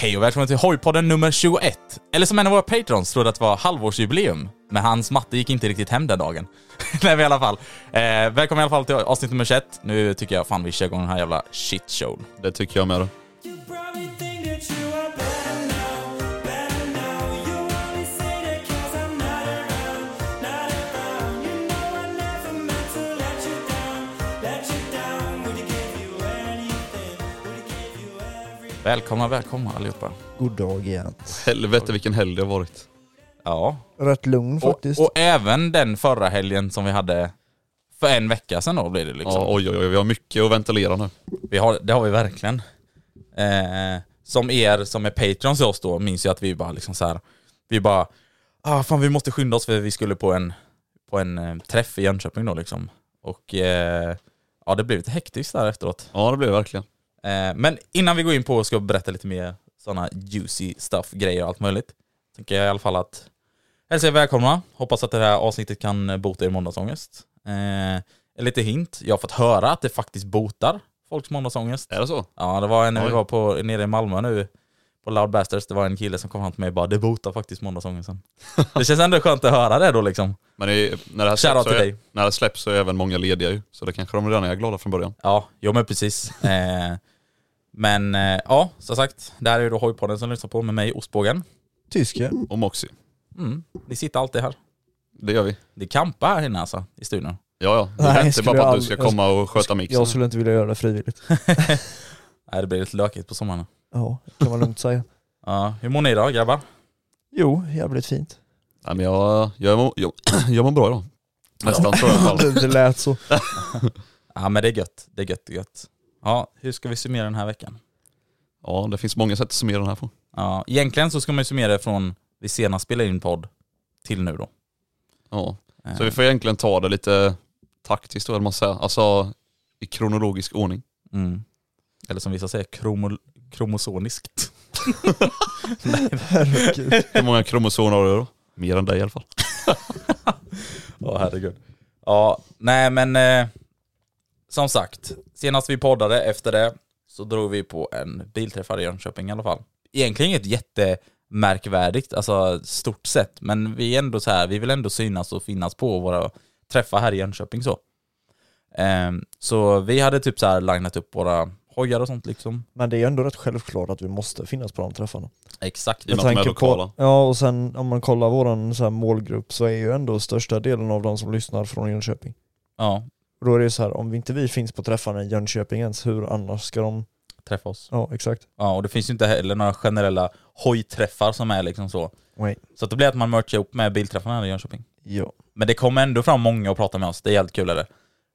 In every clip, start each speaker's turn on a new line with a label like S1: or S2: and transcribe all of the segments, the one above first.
S1: Hej och välkomna till Hojpodden nummer 21. Eller som en av våra patrons trodde att det var halvårsjubileum, men hans matte gick inte riktigt hem den dagen. Nej men i alla fall. Eh, välkommen i alla fall till avsnitt nummer 21. Nu tycker jag fan vi kör igång den här jävla shitshowen.
S2: Det tycker jag med. Då.
S1: Välkomna, välkomna allihopa.
S3: God dag igen.
S2: Helvete vilken helg det har varit.
S1: Ja.
S3: Rätt lugn
S1: Och,
S3: faktiskt.
S1: och även den förra helgen som vi hade för en vecka sedan då blir det liksom.
S2: Ja, oj, oj, oj, vi har mycket att ventilera nu.
S1: Vi har, det har vi verkligen. Eh, som er som är patrons till oss då minns ju att vi bara liksom så här, vi bara, ah fan vi måste skynda oss för vi skulle på en, på en eh, träff i Jönköping då liksom. Och eh, ja det blev lite hektiskt där efteråt.
S2: Ja, det blev det verkligen.
S1: Eh, men innan vi går in på och ska berätta lite mer sådana juicy stuff, grejer och allt möjligt. Tänker jag i alla fall att hälsa er välkomna. Hoppas att det här avsnittet kan bota er måndagsångest. Eh, en lite hint, jag har fått höra att det faktiskt botar folks måndagsångest.
S2: Är det så?
S1: Ja, det var en när vi
S2: Oj.
S1: var på, nere i Malmö nu på Loud Bastards, det var en kille som kom fram till mig och bara det botar faktiskt måndagsångesten. det känns ändå skönt att höra det då liksom.
S2: Men det, när, det här
S1: Shoutout
S2: släpps så
S1: till
S2: är,
S1: dig.
S2: när det här släpps så är även många lediga ju. Så det kanske de redan är glada från början.
S1: Ja, jo men precis. eh, men eh, ja, som sagt, det här är ju då Hojpodden som lyssnar på med mig, Ostbågen.
S3: Tysken.
S2: Och Moxie.
S1: Mm, ni sitter alltid här.
S2: Det gör vi.
S1: Det är kampa här inne alltså, i studion.
S2: Ja, ja. Vi
S3: Nej,
S2: väntar
S3: skulle
S2: bara på att
S3: jag
S2: du ska
S3: aldrig- jag
S2: komma och sköta mixen.
S3: Jag skulle inte vilja göra det frivilligt.
S1: Nej, det blir lite lökigt på sommaren.
S3: Ja, kan man lugnt säga.
S1: Ja, hur mår ni idag grabbar?
S3: Jo, jävligt fint.
S2: Nej, men jag, jag, mår, jag, jag mår bra idag. Nästan tror jag i alla fall.
S3: Det, det lät så.
S1: Ja men det är gött, det är gött, det är gött. Ja, hur ska vi summera den här veckan?
S2: Ja, det finns många sätt att summera den här på.
S1: Ja, egentligen så ska man ju summera det från vi senast spelade in podd till nu då.
S2: Ja.
S1: Eh,
S2: Så vi får egentligen ta det lite taktiskt då, eller vad man säger. Alltså i kronologisk ordning.
S1: Mm. Eller som vissa säger, kromo, kromosoniskt.
S3: Herregud.
S2: Hur många kromosomer har du då? Mer än dig i alla fall.
S1: Ja, herregud. Ja, nej men eh, som sagt, senast vi poddade efter det så drog vi på en bilträff här i Jönköping i alla fall. Egentligen inget jättemärkvärdigt, alltså stort sett, men vi är ändå så här, vi vill ändå synas och finnas på våra träffar här i Jönköping så. Ehm, så vi hade typ så här linat upp våra hojar och sånt liksom.
S3: Men det är ändå rätt självklart att vi måste finnas på de träffarna.
S1: Exakt.
S2: I och med att de är lokala.
S3: Ja, och sen om man kollar vår så här, målgrupp så är ju ändå största delen av de som lyssnar från Jönköping.
S1: Ja,
S3: Och då är det ju så här, om inte vi finns på träffarna i Jönköping ens, hur annars ska de...
S1: träffa oss.
S3: Ja, exakt.
S1: Ja, och det finns ju inte heller några generella hojträffar som är liksom så.
S3: Nej.
S1: Så att det blir att man merchar ihop med bilträffarna här i Jönköping.
S3: Ja.
S1: Men det kommer ändå fram många och pratar med oss, det är jävligt kul är det.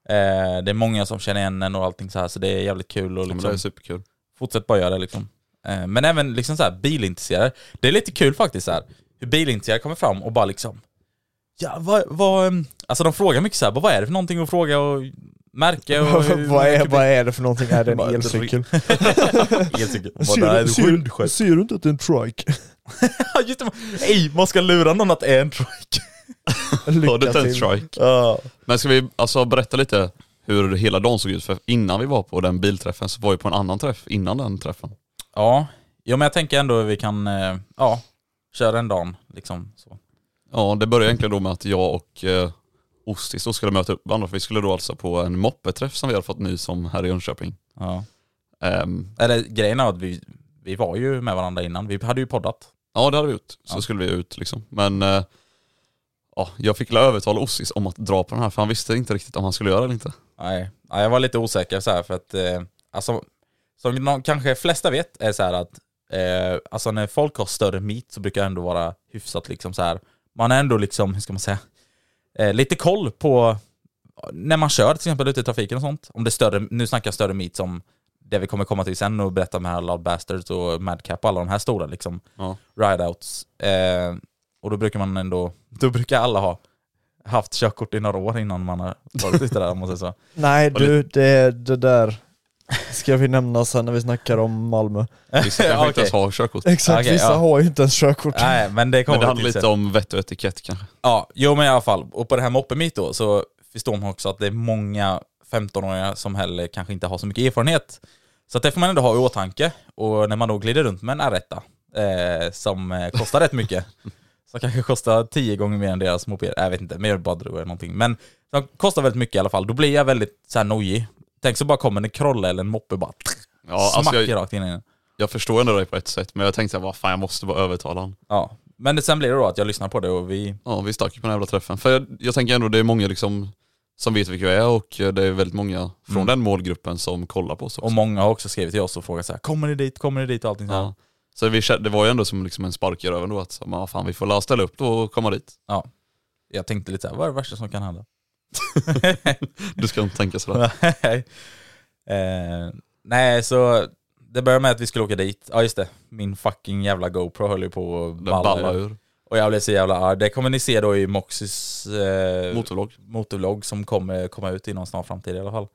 S1: Eh, det är många som känner igen en och allting så här, så det är jävligt kul och
S2: Ja, men
S1: liksom,
S2: det är superkul.
S1: fortsätt bara göra det liksom. Eh, men även liksom så här, bilintresserade. Det är lite kul faktiskt så här, hur bilintresserade kommer fram och bara liksom, ja vad, vad, ehm," alltså de frågar mycket så här, "Bara, vad är det för någonting att fråga och märke och hur-
S3: vad, är, vad är det för någonting? Är det en
S2: Bara ett
S3: elcykel?
S1: Elcykel. Vad, det här är en skyldskämt.
S3: ser du inte att det är en trike?
S1: Ja just det, man- Ey, man ska lura någon att det är en trike.
S2: Ja, det
S3: Lycka
S2: är en
S3: till.
S2: strike. Men ska vi alltså berätta lite hur hela dagen såg ut. För innan vi var på den bilträffen så var vi på en annan träff innan den träffen.
S1: Ja. ja, men jag tänker ändå att vi kan eh, ja, köra en dag. Liksom, så.
S2: Ja, det började egentligen då med att jag och eh, Ostis då skulle möta upp varandra. För vi skulle då alltså på en moppeträff som vi hade fått ny som här i Jönköping.
S1: Ja.
S2: Ehm,
S1: Eller grejen är att vi, vi var ju med varandra innan. Vi hade ju poddat.
S2: Ja det hade vi gjort. Så
S1: Ja.
S2: skulle vi ut liksom. Men eh, ja, jag fick la övertala Ossis om att dra på den här för han visste inte riktigt om han skulle göra det eller inte.
S1: Nej, ja, jag var lite osäker så här för att, eh, alltså, som någon, kanske flesta vet är så här att, eh, alltså när folk har större meet så brukar det ändå vara hyfsat liksom så här. Man är ändå liksom, hur ska man säga, eh, lite koll på när man kör till exempel ute i trafiken och sånt. Om det är större, nu snackar jag större meet som det vi kommer komma till sen och berätta med här Loud Bastards och Madcap och alla de här stora liksom
S2: Ja.
S1: rideouts. Eh, och då brukar man ändå, då brukar alla ha haft körkort i några år innan man har varit ute där om man säger så.
S3: Nej
S2: Och det-
S3: du, det, det där ska vi nämna sen när vi snackar om Malmö.
S2: Vissa kanske inte
S1: Okej.
S2: ens har körkort.
S3: Exakt,
S1: Okej,
S3: vissa
S1: ja.
S3: har ju inte ens körkort.
S1: Nej, men det
S2: Men det
S1: kommer vi
S2: handlar
S1: till
S2: lite
S1: sen.
S2: om vett och etikett kanske.
S1: Ja, jo men i alla fall. Och på det här med Open Meet då så förstår man också att det är många 15-åringar som heller kanske inte har så mycket erfarenhet. Så att det får man ändå ha i åtanke. Och när man då glider runt med en Aretta eh, som eh, kostar rätt mycket. Som kanske kostar tio gånger mer än deras moped. Jag vet inte, men jag bara drog eller någonting. Men som kostar väldigt mycket i alla fall. Då blir jag väldigt så här nojig. Tänk så bara kommer en krolle eller en moppe bara
S2: Ja, alltså
S1: smacker
S2: jag,
S1: rakt in i den.
S2: jag förstår ändå dig på ett sätt men jag tänkte att fan jag måste bara övertala honom.
S1: Ja. Men sen blir det då att jag lyssnar på det och vi
S2: Ja vi stack ju på den här jävla träffen. För jag, jag tänker ändå det är många liksom som vet vilka jag är och eh, det är väldigt många från
S1: Mm.
S2: den målgruppen som kollar på oss också.
S1: Och många har också skrivit till oss och frågat så här, kommer ni dit, kommer ni dit och allting så här.
S2: ja. Så vi, kände- det var ju ändå som liksom en spark i röven då att så, men, ja, fan, vi får la ställa upp då och komma dit.
S1: Jag tänkte lite så här, vad är det värsta som kan hända?
S2: Du ska inte tänka sådär.
S1: eh, nej, så det började med att vi skulle åka dit. Ja just det, min fucking jävla GoPro höll ju på att
S2: Den ballar
S1: balla ur.
S2: ur.
S1: Och jag blev så jävla arg. Det kommer ni se då i Moxys eh,
S2: Motorvlogg.
S1: motorvlogg som kommer komma ut inom snar framtid i alla fall.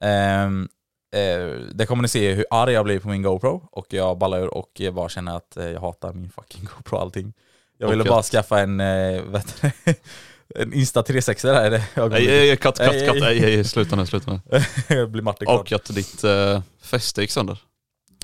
S1: Ehm, eh, där kommer ni se hur arg jag blir på min GoPro och jag ballar ur och jag bara känner att eh, jag hatar min fucking GoPro och allting. Jag
S2: Och
S1: ville
S2: att-
S1: bara skaffa en, eh, vet du, en Insta 360 där. det
S2: Nej,
S1: ögonblicket.
S2: nej, nej, katt, katt,
S1: Nej,
S2: katt.
S1: nej.
S2: Nej, nej, sluta nu, sluta nu.
S1: blir Martin glad.
S2: Och att ditt eh, fäste gick sönder.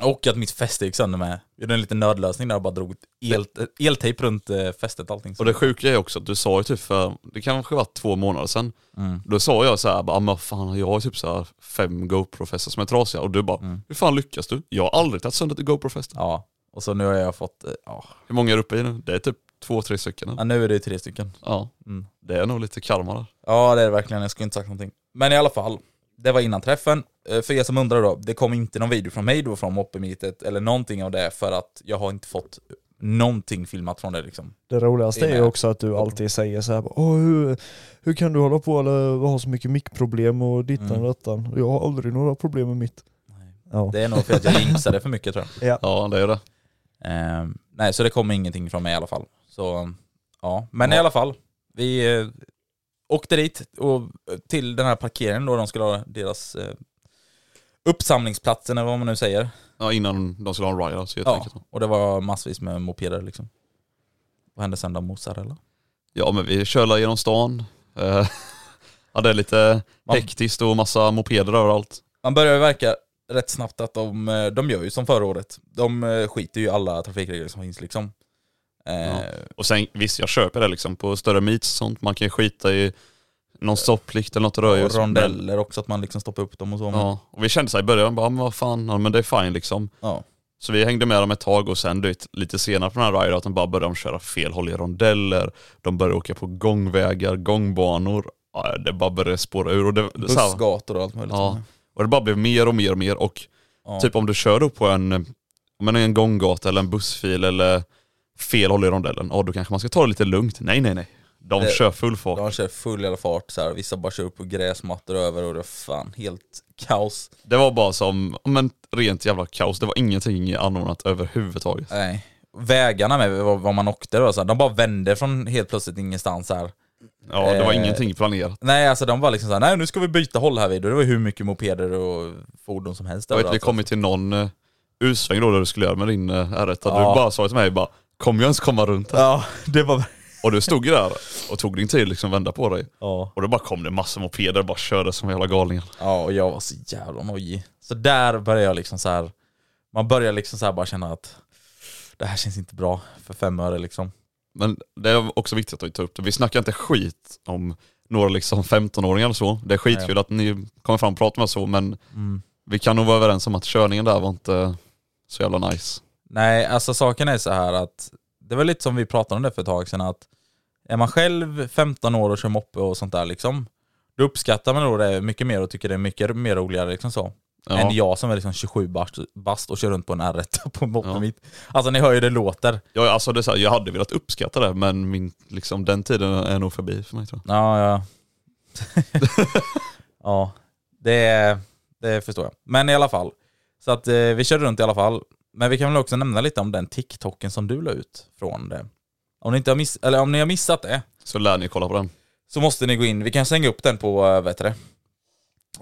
S1: Och att mitt fäste gick sönder med. Jag gjorde en liten nödlösning där jag bara drog el, eltejp runt eh, fästet och allting.
S2: Och det sjuka är också att du sa ju typ för, det kanske var två månader sedan,
S1: Mm.
S2: då sa jag så här, bara, "Ah, men fan jag har typ så här fem GoPro-fästen som är trasiga och du bara, hur fan lyckas du? Jag har aldrig tagit sönder ett GoPro-fäste.
S1: Ja, och så nu har jag fått, eh, ja,
S2: Hur många är du uppe i nu? Det är typ två, tre stycken.
S1: Ja,
S2: eller?
S1: nu är det ju tre stycken.
S2: Ja.
S1: Mm.
S2: Det är nog lite karma där.
S1: Ja det är det verkligen, jag skulle inte sagt någonting. Men i alla fall, det var innan träffen. Eh, För er som undrar då, det kom inte någon video från mig då från moppemeetet eller någonting av det för att jag har inte fått någonting filmat från det liksom.
S3: Det roligaste
S1: Det
S3: är
S1: är
S3: ju
S1: med.
S3: också att du alltid säger så här, bara, Åh, hur, hur kan du hålla på eller ha så mycket mickproblem och dittan
S1: Mm.
S3: och dattan? Jag har aldrig några problem med mitt. Ja.
S1: Det är nog för att jag jinxade för mycket tror jag.
S2: Ja det är det.
S1: Eh, nej, så det kom ingenting från mig i alla fall. Så ja, men i
S2: Ja.
S1: alla fall. Vi eh, åkte dit och eh, till den här parkeringen då de skulle ha deras eh, uppsamlingsplatsen eller vad man nu säger.
S2: Ja innan de skulle ha en ride alltså, helt
S1: Ja,
S2: enkelt.
S1: typ, och det var massvis med mopeder liksom. Vad hände sen då? Mozzarella?
S2: Ja men vi körde genom stan. Eh, ja det är lite
S1: Man-
S2: hektiskt och massa mopeder överallt.
S1: Man börjar ju verka rätt snabbt att de, eh, de gör ju som förra året. De eh, skiter ju i alla trafikregler som finns liksom. Eh,
S2: Ja. Och sen visst, jag köper det liksom på större meets och sånt. Man kan ju skita i någon stopplikt eller något
S1: och
S2: rödljus. Men-
S1: rondeller också, att man liksom stoppar upp dem och så. men-
S2: Ja, och vi kände så här i början, bara, men vad fan, ja, men det är fine liksom.
S1: Ja.
S2: Så vi hängde med dem ett tag och sen du vet, lite senare på den här rideouten bara började de köra fel håll i rondeller. De började åka på gångvägar, gångbanor. Ja, det bara började spåra ur. Och det, det, så här,
S1: Bussgator och allt möjligt.
S2: ja, och det bara blev mer och mer och mer. Och
S1: liksom. Ja.
S2: Typ om du kör upp på en, om man är en gånggata eller en bussfil eller fel håll i rondellen, ja då kanske man ska ta det lite lugnt. Nej nej nej. De
S1: Det-
S2: kör full fart.
S1: De kör full jävla fart så här. vissa bara kör upp på gräsmattor över och det är fan helt kaos.
S2: Det var bara som, ja, men rent jävla kaos. Det var ingenting anordnat överhuvudtaget.
S1: Nej. Vägarna med vad vad man åkte då, så här. de bara vände från helt plötsligt ingenstans här.
S2: Ja det var
S1: Eh.
S2: ingenting planerat.
S1: Nej alltså de var liksom såhär, nej nu ska vi byta håll här vid och det var ju hur mycket mopeder och fordon som helst
S2: Jag vet, vi
S1: överallt.
S2: kom ju till någon eh, utsväng då där du skulle göra med din eh, R1.
S1: Ja.
S2: Du bara sa till mig bara, kommer jag ens komma runt här?
S1: Ja, det var,
S2: Och du stod ju där och tog din tid liksom vända på dig.
S1: Ja.
S2: Och då bara kom det massor med mopeder och bara körde som jävla galningar.
S1: Ja, och jag var så jävla nojig. Så där började jag liksom så här. man börjar liksom så här bara känna att det här känns inte bra för fem öre liksom.
S2: Men det är också viktigt att ta upp det. Vi snackar inte skit om några liksom 15-åringar eller så. Det är skitkul att ni kommer fram och pratar med oss så men
S1: Mm.
S2: vi kan nog vara överens om att körningen där var inte så jävla nice.
S1: Nej, alltså saken är så här att det var lite som vi pratade om det för ett tag sedan att är man själv 15 år och kör moppe och sånt där liksom, då uppskattar man nog det mycket mer och tycker det är mycket mer roligare liksom så.
S2: Ja.
S1: Än jag som är liksom 27 bast- bast och kör runt på en R1 på moppen
S2: Ja.
S1: mitt. Alltså ni hör ju det låter.
S2: Jag, alltså det är så här, jag hade velat uppskatta det men min, liksom, den tiden är nog förbi för mig tror jag.
S1: Ja, ja. ja, det, det förstår jag. Men i alla fall. Så att eh, vi körde runt i alla fall. Men vi kan väl också nämna lite om den TikToken som du la ut från det. Om ni, inte har, miss- eller om ni har missat det
S2: Så lär ni kolla på den.
S1: så måste ni gå in. Vi kan slänga upp den på, eh, vad heter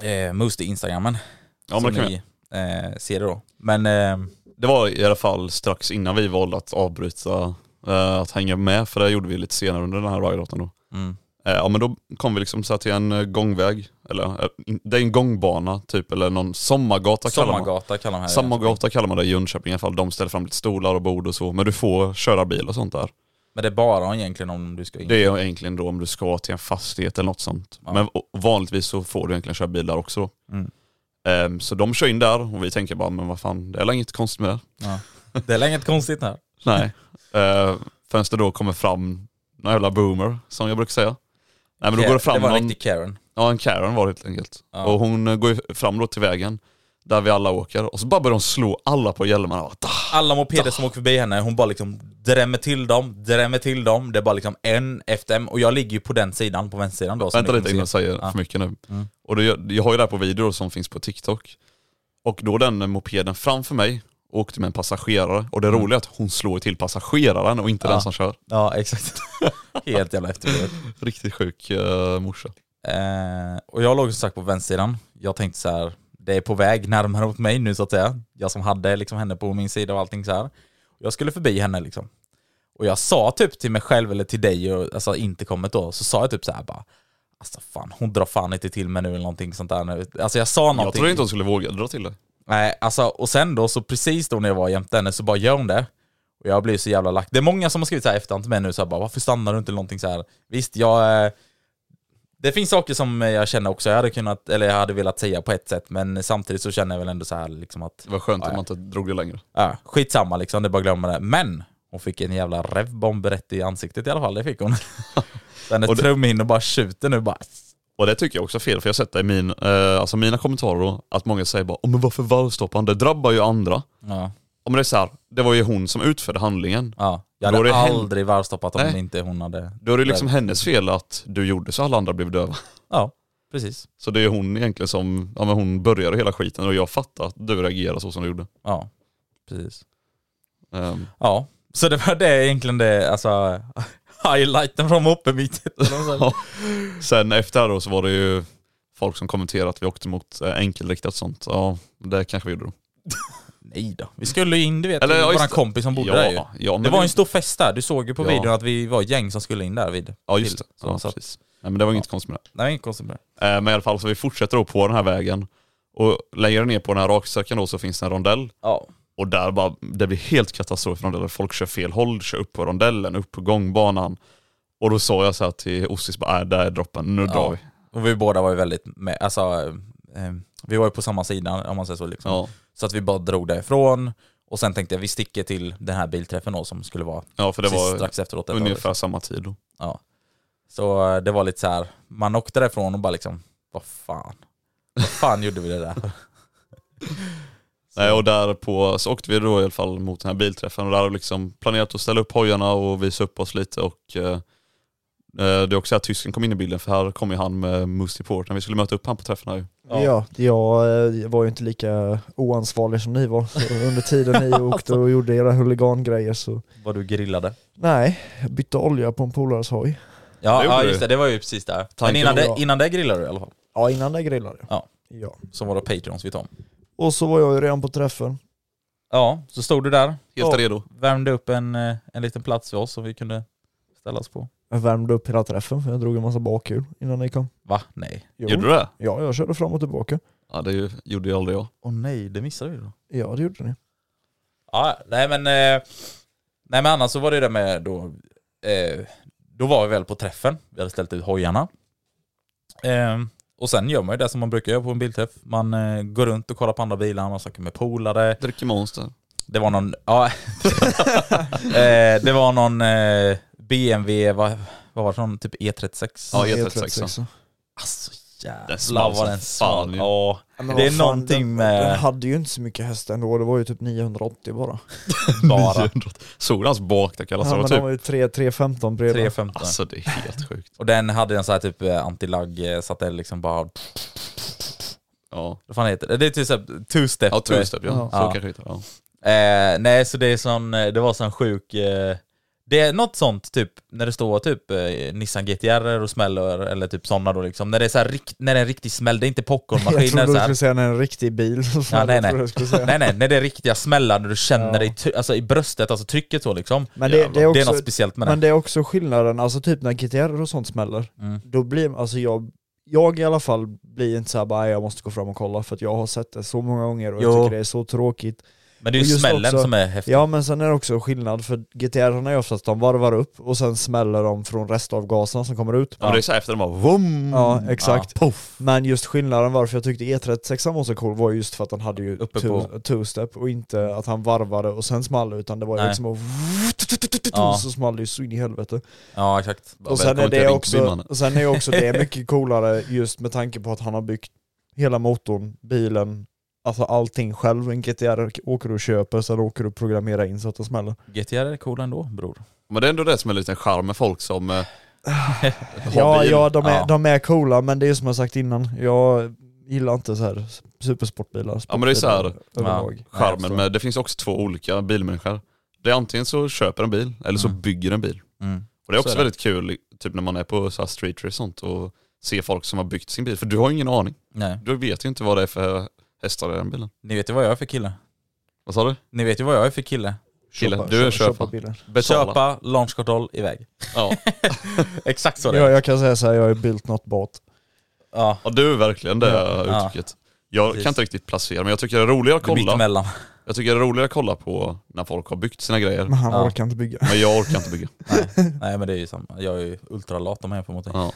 S1: det? Eh, Moose Instagrammen.
S2: Ja,
S1: så
S2: men det, kan vi.
S1: ni eh, ser det då. Men eh,
S2: det var i alla fall strax innan vi valde att avbryta, eh, att hänga med för det gjorde vi lite senare under den här ride-låten då.
S1: mm,
S2: Eh, Ja men då kom vi liksom så här till en eh, gångväg, eller eh, in- det är en gångbana typ, eller någon sommargata kallar man
S1: sommargata kallar man här.
S2: Sommargata kallar man det i Jönköping i alla fall. De ställer fram lite stolar och bord och så, men du får köra bil och sånt
S1: Mm.
S2: där.
S1: Men det är bara egentligen om du ska in.
S2: Det är egentligen då om du ska till en fastighet eller något sånt.
S1: Ja.
S2: Men o- vanligtvis så får du egentligen köra bil där också då.
S1: Mm.
S2: Ehm, så de kör in där och vi tänker bara, men vad fan, det är väl inget konstigt med det.
S1: Det är väl inget konstigt här.
S2: Nej. Ehm, förrän det då kommer fram någon jävla boomer, som jag brukar säga. Nej men då går det
S1: det
S2: fram
S1: var en
S2: någon,
S1: riktig Karen.
S2: ja en Karen var det helt enkelt.
S1: Ja.
S2: Och hon eh, går ju fram då till vägen, där vi alla åker. Och så bara börjar de slå alla på hjälmarna. Bara, "Dah!"
S1: alla
S2: Ah.
S1: mopeder som åker förbi henne, hon bara liksom drämmer till dem, drämmer till dem. Det är bara liksom en efter en. Och jag ligger ju på den sidan, på vänstersidan då. som
S2: Vänta
S1: ni
S2: lite
S1: kommer
S2: innan jag
S1: se.
S2: säger
S1: Ja. Mm.
S2: för mycket nu. Och då, jag, jag har ju det här på video som finns på TikTok. Och då den mopeden framför mig åkte med en passagerare. Och det roliga är att hon slår till passageraren och inte
S1: Mm. Ja.
S2: den som kör.
S1: Ja, exakt. Helt jävla efterblivet.
S2: Riktigt sjuk uh, morsa.
S1: Eh, och jag låg som sagt på vänstersidan. Jag tänkte så här, det är på väg närmare mot mig nu så att säga. Jag som hade liksom henne på min sida och allting så här. Jag skulle förbi henne liksom. Och jag sa typ till mig själv eller till dig, och, alltså inte kommit då, så sa jag typ så här bara Alltså fan, hon drar fan inte till mig nu eller någonting sånt där nu. Alltså jag sa någonting.
S2: Jag trodde inte hon skulle våga dra till dig.
S1: Nej, alltså och sen då så precis då när jag var jämte henne så bara gör hon det. Och jag blir så jävla lack. Det är många som har skrivit så här efterhand till mig nu så här, bara varför stannar du inte eller någonting så här. Visst, jag... eh, Det finns saker som jag känner också jag hade kunnat, eller jag hade velat säga på ett sätt men samtidigt så känner jag väl ändå så här liksom att
S2: Det var skönt
S1: Ja,
S2: att
S1: ja.
S2: man inte drog det längre.
S1: ja, skitsamma liksom, det är bara att glömma det. Men! Hon fick en jävla revbomb rätt i ansiktet i alla fall, det fick hon. så hennes
S2: Och det-
S1: trumhinna bara skjuter nu bara.
S2: Och det tycker jag också är fel, för jag har sett det i min, eh, alltså mina kommentarer då, att många säger bara "Åh, men varför varvstoppar han? Det drabbar ju andra.
S1: Ja,
S2: Om det är så här, det var ju hon som utförde handlingen.
S1: ja. Jag
S2: Då är
S1: hade
S2: det hen-
S1: aldrig varvstoppat om
S2: Nej.
S1: inte hon hade...
S2: Då är det liksom hennes fel att du gjorde så alla andra blev döva.
S1: Ja, precis.
S2: Så det är hon egentligen som, ja men hon började hela skiten och jag fattar att du reagerar så som du gjorde.
S1: Ja, precis.
S2: Ehm,
S1: Ja, så det var det egentligen det, alltså highlighten från moppebytet.
S2: ja. Sen efter det här då så var det ju folk som kommenterade att vi åkte mot eh, enkelriktat och sånt. Ja, det kanske vi gjorde då.
S1: Nej då, vi skulle ju in, du vet,
S2: Eller,
S1: Eller,
S2: ja, just
S1: våran
S2: det.
S1: kompis som bodde
S2: ja,
S1: där ju.
S2: Ja, men
S1: Det var en stor fest där, du såg ju på
S2: Ja.
S1: videon att vi var ett gäng som skulle in där vid.
S2: Ja just det.
S1: till. Så,
S2: Ja,
S1: så att,
S2: precis. Nej, men det var inget konstigt med det.
S1: nej, inget konstigt med det.
S2: Eh, Men i alla fall så vi fortsätter då på den här vägen. Och längre ner på den här raksträckan då så finns det en rondell.
S1: Ja.
S2: Och där bara, det blir helt katastrof i rondellen. Folk kör fel håll, kör upp på rondellen, upp på gångbanan. Och då sa jag så här till Ossis, bara, äh, där är droppen, nu drar vi.
S1: Och vi båda var ju väldigt med, alltså, eh, vi var ju på samma sida om man säger så liksom.
S2: Ja.
S1: Så att vi bara drog därifrån. Och sen tänkte jag vi sticker till den här bilträffen då som skulle vara
S2: ja, för det
S1: precis
S2: var
S1: strax efteråt. detta, liksom.
S2: ungefär samma tid då.
S1: Ja. Så eh, det var lite så här. man åkte därifrån och bara liksom, vad fan. Vad fan gjorde vi det där för?"
S2: Nej, och där på, så åkte vi då i alla fall mot den här bilträffen och där har vi liksom planerat att ställa upp hojarna och visa upp oss lite och eh, eh, det är också att tysken kom in i bilden för här kom ju han med Musty Port när vi skulle möta upp han på träffen här ju.
S3: Ja, jag eh, var ju inte lika oansvarig som ni var. Så under tiden ni åkte och gjorde era huligangrejer så...
S1: Vad du grillade.
S3: Nej, jag bytte olja på en polares hoj.
S1: Ja,
S2: Det gjorde
S1: ja
S2: du.
S1: just det, det var ju precis där. Men
S2: Tanken
S1: innan
S3: var
S1: det,
S3: bra.
S1: innan det grillade du i alla fall.
S3: Ja, innan det grillade.
S1: Ja.
S3: ja.
S1: Som var då Patreons vi tom.
S3: Och så var jag ju redan på träffen.
S1: Ja, så stod du där,
S2: Helt
S3: Ja.
S2: redo.
S1: värmde upp en, eh, en liten plats för oss som vi kunde ställas på.
S3: Jag värmde upp hela träffen, för jag drog en massa bakhjul innan ni kom.
S1: Va? Nej.
S3: Jo.
S2: Gjorde du det?
S3: Ja, jag körde fram och tillbaka.
S2: Ja det ju- gjorde ju aldrig jag.
S1: Åh nej, det missade vi då.
S3: Ja, det gjorde ni.
S1: Ja, nej men... Eh, nej men annars så var det det med då... Eh, då var vi väl på träffen, vi hade ställt ut hojarna. Eh, och sen gör man ju det som man brukar göra på en bilträff. Man eh, går runt och kollar på andra bilar, man snackar med polare.
S2: Dricker Monster.
S1: Det var någon... Ja, eh, det var någon eh, BMW, vad, vad var det? Någon typ E36?
S2: Ja,
S3: E36.
S2: E36.
S1: Alltså
S2: Den
S1: jävlar
S2: small
S1: vad
S2: som
S1: den
S2: fan
S1: smal.
S2: ju.
S1: Ja,
S3: Men vad
S1: det är
S3: fan,
S1: någonting
S3: den, Den
S1: med
S3: hade ju inte så mycket hästar ändå, det var ju typ 980 bara.
S1: bara
S2: 900. Såg du hans bakdäck eller?
S3: Ja,
S2: Ja,
S3: men de var
S2: typ.
S3: ju 3, 315 breda.
S1: 315.
S2: Alltså det är helt sjukt.
S1: Och den hade en sån här typ eh, antilagg eh, så att det liksom bara...
S2: Ja,
S1: Vad fan heter det? Det är typ såhär two-step.
S2: ja two-step ja. Så
S1: Ja.
S2: kanske det heter. Ja.
S1: Eh, nej, så det är sån, eh, det var sån sjuk... Eh, det är något sånt typ, när det står typ eh, Nissan GTR och smäller eller typ sådana då liksom. När det är så här, rikt, när det är en riktig smäll, det är inte
S3: Jag
S1: popcornmaskiner
S3: trodde du
S1: såhär.
S3: skulle säga när en riktig bil.
S1: Ja, nej,
S3: Jag
S1: nej.
S3: trodde du skulle säga.
S1: nej nej, när det är riktiga smällar, när du känner
S3: Ja.
S1: dig ty- alltså, i bröstet, alltså trycket så liksom.
S3: Men det, det, är
S1: det är något
S3: också,
S1: speciellt med
S3: men
S1: det.
S3: det är också skillnaden, alltså typ när GTR och sånt smäller,
S1: Mm.
S3: då blir alltså jag, jag i alla fall blir inte såhär bara "Nej, jag måste gå fram och kolla för att jag har sett det så många gånger och
S1: Jo.
S3: jag tycker det är så tråkigt.
S1: Men det är
S3: och
S1: ju
S3: just
S1: smällen
S3: också-
S1: som är häftig.
S3: Ja men sen är det också skillnad för GTR-erna är oftast de varvar upp och sen smäller de från restavgaserna som kommer ut.
S2: Men det är så här efter den bara vum.
S3: Ja exakt. Men just skillnaden varför jag tyckte E36 var så cool var just för att han hade ju
S1: Uppe på.
S3: two- two-step och inte att han varvade och sen small utan det var ju
S1: Nej.
S3: liksom
S1: Ja.
S3: bara så small det ju så in i helvete.
S1: Ja exakt.
S3: Och sen är
S2: Välkommen till
S3: det
S2: Rinkeby,
S3: också,
S2: mannen.
S3: och sen är också det mycket coolare just med tanke på att han har byggt hela motorn, bilen, alltså allting själv. En GTR åker du och köper, sen åker du och programmerar in så att det smäller.
S1: GTR är cool ändå bror.
S2: Men det är ändå det som är en liten charm med folk som eh, har
S3: Ja,
S2: bil.
S3: ja, de är,
S1: Ja.
S3: de är coola men det är som jag sagt innan, jag gillar inte så här supersportbilar.
S2: Ja, men det är så här-
S3: sportbilar överlag.
S1: Nej,
S2: Charmen
S1: så.
S2: med, det finns också två olika bilmänniskor. Det är antingen så köper en bil eller så
S1: Mm.
S2: bygger en bil.
S1: Mm.
S2: Och det är
S1: Så
S2: också
S1: är det.
S2: väldigt kul typ när man är på så här street race och sånt och ser folk som har byggt sin bil. För du har ju ingen aning.
S1: Nej.
S2: Du vet ju inte vad det är för hästar i den bilen.
S1: Ni vet ju vad jag är för kille.
S2: Vad sa du?
S1: Ni vet ju vad jag är för kille.
S2: Kille, du är en
S3: köpa
S2: köpa.
S3: bilar.
S2: Betala.
S1: Köpa, launchkontroll, iväg.
S2: Ja.
S1: Exakt så
S3: Ja,
S1: det är.
S3: jag kan säga så här, jag har ju built något båt.
S1: Ja.
S2: ja du är verkligen det
S1: Ja.
S2: uttrycket. Jag
S1: Precis.
S2: kan inte riktigt placera men jag tycker det är roligare att
S1: det är Mitt
S2: kolla.
S1: emellan.
S2: Jag tycker det är roligare att kolla på när folk har byggt sina grejer.
S3: Men han
S1: Ja.
S3: orkar inte bygga.
S2: Men jag orkar inte bygga.
S1: Nej men det är ju samma. Jag är ju ultralat om jag jämför mot dig.
S2: Ja.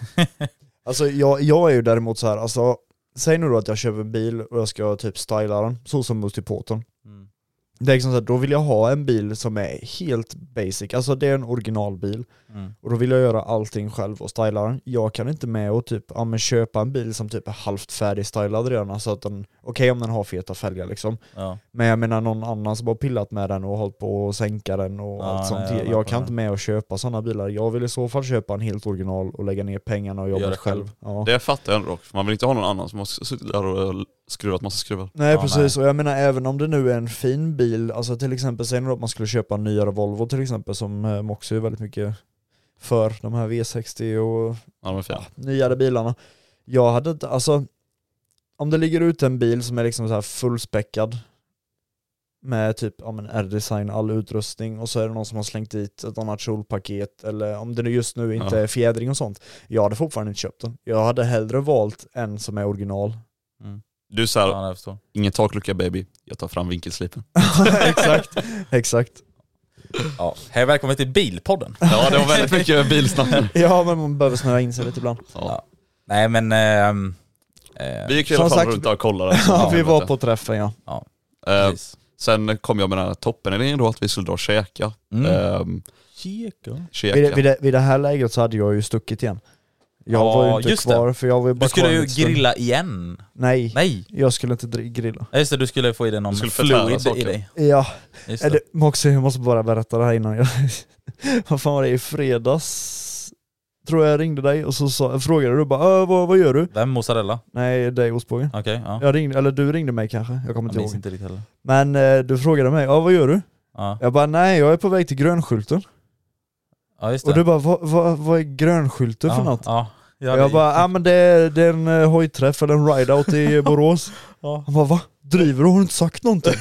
S3: Alltså jag, jag är ju däremot så här, alltså säg nu då att jag köper en bil och jag ska typ styla den, så som multiporten.
S1: Mm.
S3: Det är liksom så här, då vill jag ha en bil som är helt basic, alltså det är en originalbil
S1: Mm.
S3: och då vill jag göra allting själv och styla den. Jag kan inte med och typ, ja men köpa en bil som typ är halvt färdigstylad redan, alltså att den, okej om den har feta fälgar liksom,
S1: Ja.
S3: men jag menar någon annan som har pillat med den och hållit på att sänka den och
S1: Ja,
S3: allt sånt.
S1: nej, jag
S3: jag
S1: fattar
S3: kan
S1: det.
S3: inte med och köpa sådana bilar. Jag vill i så fall köpa en helt original och lägga ner pengarna och jobba
S1: Göra det
S3: själv.
S1: själv.
S3: Ja.
S2: Det fattar jag ändå dock, för man vill inte ha någon annan som har suttit där och skruvat massa skruvar.
S3: Nej
S1: Ja,
S3: precis, och jag menar även om det nu är en fin bil, alltså till exempel säg nu att man skulle köpa en nyare Volvo till exempel som eh, Moxie är väldigt mycket för, de här V60 och
S2: Ja de är fina.
S3: nyare bilarna. Jag hade inte, alltså om det ligger ut en bil som är liksom så här fullspäckad med typ ja, men R-design, all utrustning och så är det någon som har slängt dit ett annat kjolpaket eller om det nu just nu inte
S2: Ja.
S3: är fjädring och sånt. Jag hade fortfarande inte köpt den. Jag hade hellre valt en som är original.
S2: Du är såhär,
S1: ja, jag förstår.
S2: ingen taklucka baby, jag tar fram vinkelslipen.
S3: Exakt, exakt.
S1: Ja. Hej välkommen till Bilpodden.
S2: Ja det var väldigt mycket bilsnack nu.
S3: Ja men man behöver snöa in sig lite ibland.
S2: Ja.
S1: Nej men... ehm, eh,
S2: Vi gick i alla
S3: Som
S2: fall
S3: sagt-
S2: runt där och kollade.
S3: Ja, vi var på träffen ja.
S2: Eh,
S1: precis.
S2: sen kom jag med den här toppenidén då att vi skulle dra och käka.
S1: Mm.
S2: Ehm,
S1: Kika.
S2: käka.
S3: Vid, det- vid, det, vid det här läget så hade jag ju stuckit igen. Jag
S1: Ja,
S3: var ju inte
S1: just det.
S3: kvar för jag var ju bara
S1: Du skulle
S3: kvar en
S1: ju
S3: liten stund.
S1: grilla igen.
S3: Nej,
S1: Nej!
S3: jag skulle inte dri- grilla.
S1: Ja, Just det, du skulle få i dig någon
S2: Du skulle förtära
S1: fluid i
S2: saker.
S1: dig.
S3: Ja,
S1: Just
S3: är
S1: det.
S3: det, Moxie jag måste bara berätta det här innan jag... vad fan var det, i fredags? Tror jag ringde dig och så sa, frågade du bara äh, vad, vad gör du?
S1: Vem? Mozzarella?
S3: Nej, dig ostbågen.
S1: Okej, ja.
S3: Jag ringde, eller du ringde mig kanske, jag
S1: Jag
S3: kommer inte
S1: minns
S3: ihåg.
S1: inte riktigt heller.
S3: Men eh, du frågade mig, ja vad gör du?
S1: Ja,
S3: Jag bara nej, jag är på väg till grönskylten.
S1: ja just det.
S3: Och du bara, vad, vad, vad är grönskylten
S1: ja,
S3: för något?
S1: Ja. Ja,
S3: Jag,
S1: det-
S3: bara, ah, men det, är, det är en eh, hojträff eller en rideout i Borås.
S1: Ja.
S3: Han bara, va? Driver du? Har du inte sagt någonting?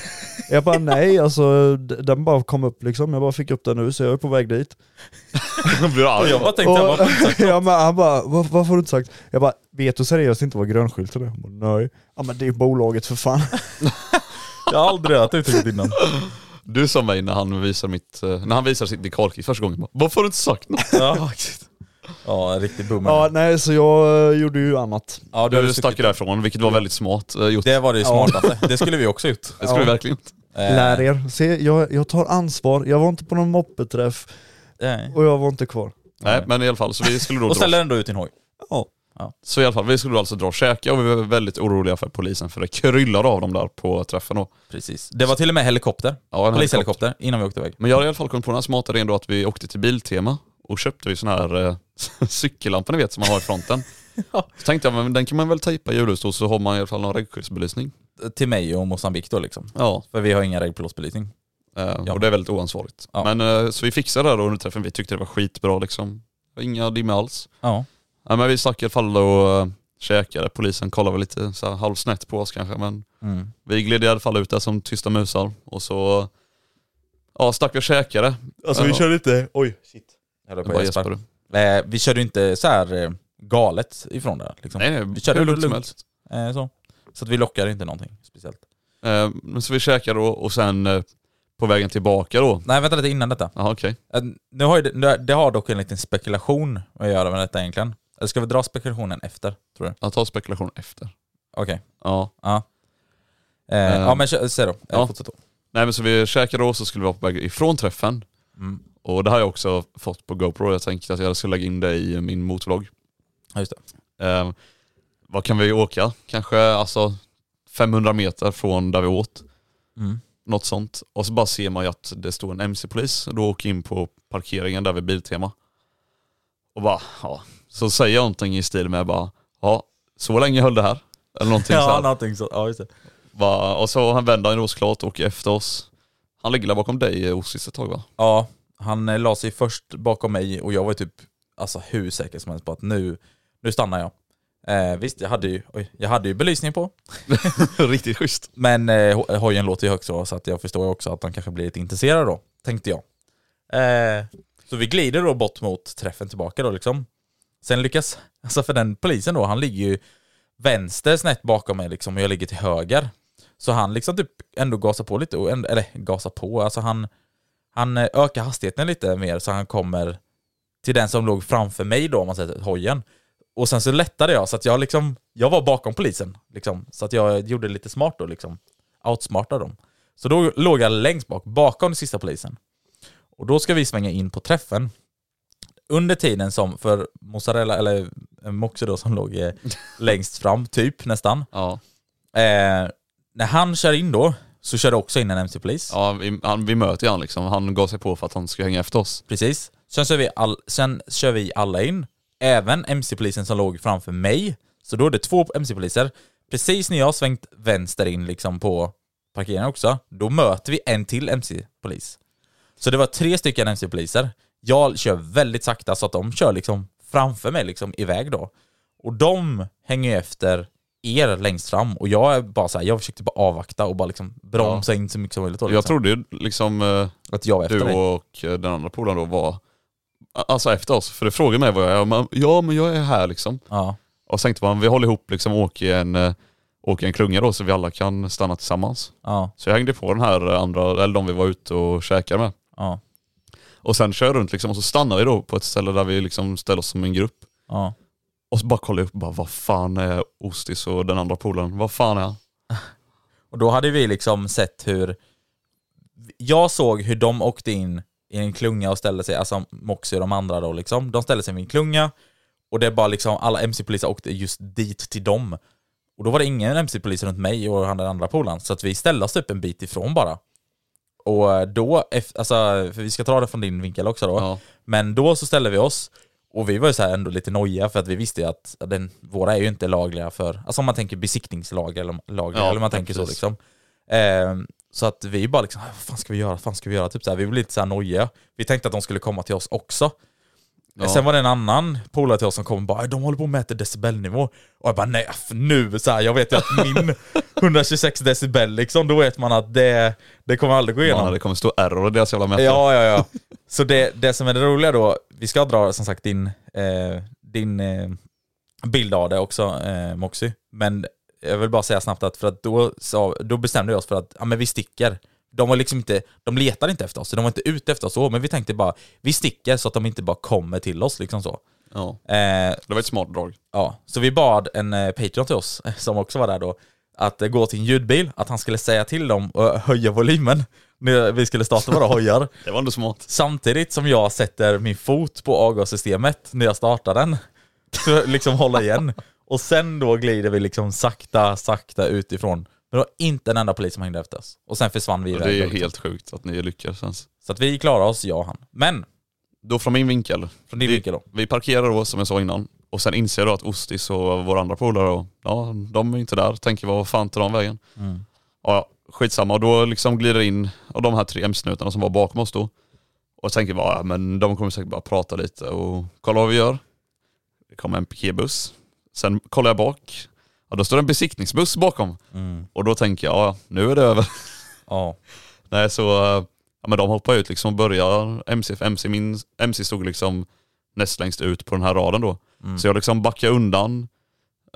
S3: Jag bara nej, alltså d- den bara kom upp liksom. Jag bara fick upp den nu så jag är på väg dit.
S2: Jag blir
S1: Och
S2: arg.
S1: jag bara tänkte, jag bara,
S3: Och, ja, men han bara, "Vad- varför har du inte sagt? Jag bara, vet du seriöst inte vad grönskylten är? Hon bara, nej. Ja men det är bolaget för fan.
S1: jag har aldrig hört uttrycket innan.
S2: Du som mig när han visar, mitt, eh, när han visar sitt dekalkit första gången. Bara, Varför har du inte sagt något?
S1: Ja, ja en riktig boomer.
S3: Ja nej så jag eh, gjorde ju annat.
S1: Ja,
S2: Du
S1: stack
S2: stack ju därifrån, vilket var väldigt smart eh, gjort. Det,
S1: Det var det ju smartaste. Det skulle vi också gjort.
S2: skulle vi verkligen inte.
S1: Eh,
S3: Lär er. Se, jag, jag tar ansvar. Jag var inte på någon moppeträff
S1: nej.
S3: och jag var inte kvar.
S2: Nej, men i alla fall. Så vi skulle då
S1: Och
S2: dra
S1: Eh, ställer ändå ut din hoj.
S2: Så i alla fall, vi skulle då alltså dra och käka och vi var väldigt oroliga för polisen för det kryllade av dem där på träffen då.
S1: Precis. Det var till och med helikopter.
S2: Ja, en helikopter.
S1: Polishelikopter innan vi åkte iväg.
S2: Men jag har i alla fall kommit på den här smarta idén då att vi åkte till Biltema och köpte vi sån här eh, cykellampa ni vet som man har i fronten. Så tänkte jag, men den kan man väl tejpa i hjulet och så har man i alla fall någon regnskyddsbelysning.
S1: Till mig och Mosambik då liksom.
S2: Ja,
S1: För vi har ingen regnplåtsbelysning.
S2: eh,
S1: Ja.
S2: och det är väldigt oansvarigt.
S1: Ja.
S2: Men eh, så vi fixade det där under träffen, vi tyckte det var skitbra liksom. Inga dimma alls.
S1: Ja.
S2: Ja, men vi stack i alla fall och eh, käkade, polisen kollade väl lite så här halvsnett på oss kanske men
S1: Mm.
S2: Vi gled i alla fall ut där som tysta musar och så ja, stack vi och käkade. Alltså vi körde
S3: inte, oj.
S1: Jag höll på
S2: bara
S1: att gäspa.
S2: gäspade.
S1: Eh, vi körde ju inte så här eh, galet ifrån det. Liksom.
S2: Nej nej,
S1: vi körde
S2: hur
S1: lugnt.
S2: lugnt som helst.
S1: Eh, så. så att vi lockade inte någonting speciellt.
S2: Eh, men så vi käkade då och sen eh, på vägen tillbaka då.
S1: Nej vänta lite innan detta.
S2: Jaha okej.
S1: Eh, nu har ju det, det- det har dock en liten spekulation att göra med detta egentligen. Eller ska vi dra spekulationen efter? Tror du?
S2: Jag tar spekulation efter.
S1: Okej.
S2: Ja.
S1: Eh,
S2: Eh.
S1: Ja men kö- säg då. Eh,
S2: Ja.
S1: Fortsätt då.
S2: Nej men så vi käkade då och så skulle vi vara på väg ifrån träffen.
S1: Mm.
S2: Och det här har jag också fått på GoPro. Jag tänkte att jag skulle lägga in det i eh, min motvlogg.
S1: Ja, just
S2: Eh, vad kan vi åka? Kanske alltså 500 meter från där vi åt.
S1: Mm.
S2: något sånt. Och så bara ser man ju att det står en MC-polis och då åker in på parkeringen där vid Biltema. Och bara, ja. Så säger jag någonting i stil med bara, ja, så länge höll det här. Eller någonting så här.
S1: någonting så. Ja, just det.
S2: Bara, och så han vänder han ju då såklart och åker efter oss. Han ligger där bakom dig Osis ett tag va?
S1: Ja, han eh, la sig först bakom mig och jag var typ alltså, hur säker som helst på att nu, nu stannar jag. Eh, visst, jag hade, ju, oj, jag hade ju belysning på,
S2: Riktigt schysst.
S1: men eh, ho- hojen låter ju högt så, så att jag förstår ju också att han kanske blir lite intresserad då, tänkte jag. Eh, så vi glider då bort mot träffen tillbaka då liksom. Sen lyckas, alltså för den polisen då, han ligger ju vänster snett bakom mig liksom och jag ligger till höger. Så han liksom typ ändå gasar på lite, och änd- eller gasar på, alltså han, han eh, ökar hastigheten lite mer så han kommer till den som låg framför mig då om man säger så, hojen. Och sen så lättade jag så att jag liksom, jag var bakom polisen liksom. Så att jag gjorde lite smart då liksom. Outsmartade dem. Så då låg jag längst bak, bakom den sista polisen. Och då ska vi svänga in på träffen. Under tiden som, för mozzarella, eller eh, Moxie då som låg eh, längst fram, typ nästan.
S2: Ja,
S1: Eh, när han kör in då, så kör det också in en MC-polis.
S2: ja vi, han, vi möter ju han liksom. Han gav sig på för att han ska hänga efter oss.
S1: Precis. Sen kör, vi all, sen kör vi alla in. Även MC-polisen som låg framför mig. Så då är det två MC-poliser. Precis när jag har svängt vänster in liksom på parkeringen också, då möter vi en till MC-polis. Så det var tre stycken MC-poliser. Jag kör väldigt sakta så att de kör liksom framför mig liksom iväg då. Och de hänger ju efter er längst fram och jag är bara så här, jag försökte bara avvakta och bara liksom bromsa in så mycket som möjligt. då, Liksom.
S2: Jag trodde ju liksom eh,
S1: att jag var efter
S2: du
S1: dig.
S2: och eh, den andra polaren då var, alltså efter oss. För du frågade mig vad jag är. Men, Ja men jag är här liksom.
S1: Ja.
S2: Och så tänkte man, vi håller ihop liksom och åker i en, eh, åker i en klunga då så vi alla kan stanna tillsammans.
S1: Ja,
S2: Så jag hängde på den här eh, andra, eller de vi var ute och käkade med.
S1: ja,
S2: Och sen kör jag runt liksom och så stannar vi då på ett ställe där vi liksom ställer oss som en grupp.
S1: ja.
S2: Och så bara kollar jag upp bara, vad fan är Ostis och den andra polaren? Vad fan är han?
S1: Och då hade vi liksom sett hur... Jag såg hur de åkte in i en klunga och ställde sig, alltså Moxie och de andra då liksom. De ställde sig vid en klunga och det är bara liksom alla MC-poliser åkte just dit till dem. Och då var det ingen MC-polis runt mig och han den andra polaren, så att vi ställde oss typ en bit ifrån bara. Och då, eff- alltså, för vi ska ta det från din vinkel också då.
S2: Ja.
S1: Men då så ställde vi oss och vi var ju så här ändå lite nojiga för att vi visste ju att den, våra är ju inte lagliga för, alltså om man tänker besiktningslag eller lagliga,
S2: Ja,
S1: eller om man
S2: ja,
S1: tänker så
S2: precis.
S1: liksom. Ehm, så att vi bara liksom, vad fan ska vi göra, vad fan ska vi göra? Typ så här, vi blev lite så här nojiga. Vi tänkte att de skulle komma till oss också.
S2: Ja.
S1: Sen var det en annan polare till oss som kom och bara de håller på och mäter decibelnivå. Och jag bara nej, f- nu så här, jag vet ju att min 126 decibel liksom, då vet man att det, det kommer aldrig gå igenom.
S2: Man, det kommer stå error i deras jävla mätare.
S1: Ja, ja, ja. Så det, det som är det roliga då, vi ska dra som sagt din, eh, din eh, bild av det också, eh, Moxie. Men jag vill bara säga snabbt att, för att då, sa, då bestämde vi oss för att ja, men vi sticker. De var liksom inte, de letade inte efter oss, de var inte ute efter oss så, men vi tänkte bara, vi sticker så att de inte bara kommer till oss liksom så.
S2: Ja.
S1: Eh,
S2: Det var ett smart drag.
S1: Ja, så vi bad en eh, Patreon till oss, eh, som också var där då, att eh, gå till en ljudbil, att han skulle säga till dem att höja volymen när vi skulle starta våra hojar.
S2: Det var ändå smart.
S1: Samtidigt som jag sätter min fot på avgassystemet när jag startar den. Så liksom hålla igen. Och sen då glider vi liksom sakta, sakta utifrån. Men det var inte en enda polis som hängde efter oss. Och sen försvann vi iväg.
S2: Det är
S1: då.
S2: helt sjukt att ni lyckas ens.
S1: Så att vi klarar oss, jag och han. Men,
S2: Då från min vinkel.
S1: från din
S2: Vi-
S1: vinkel då.
S2: Vi parkerar då som jag sa innan och sen inser jag då att Ostis och våra andra polare, och, ja de är inte där. Tänker vad fan tar de vägen?
S1: Mm.
S2: Ja, skitsamma. Och då liksom glider in och de här tre MC-snutarna som var bakom oss då. Och tänker bara, ja, men de kommer säkert bara prata lite och kolla vad vi gör. Det kommer en piketbuss. Sen kollar jag bak. Ja, då står det en besiktningsbuss bakom.
S1: Mm.
S2: Och då tänker jag, ja nu är det över.
S1: Ja.
S2: Nej så, eh, ja, men de hoppar ut liksom och börjar MC, för MC, min, MC stod liksom näst längst ut på den här raden då. Så jag liksom backar undan.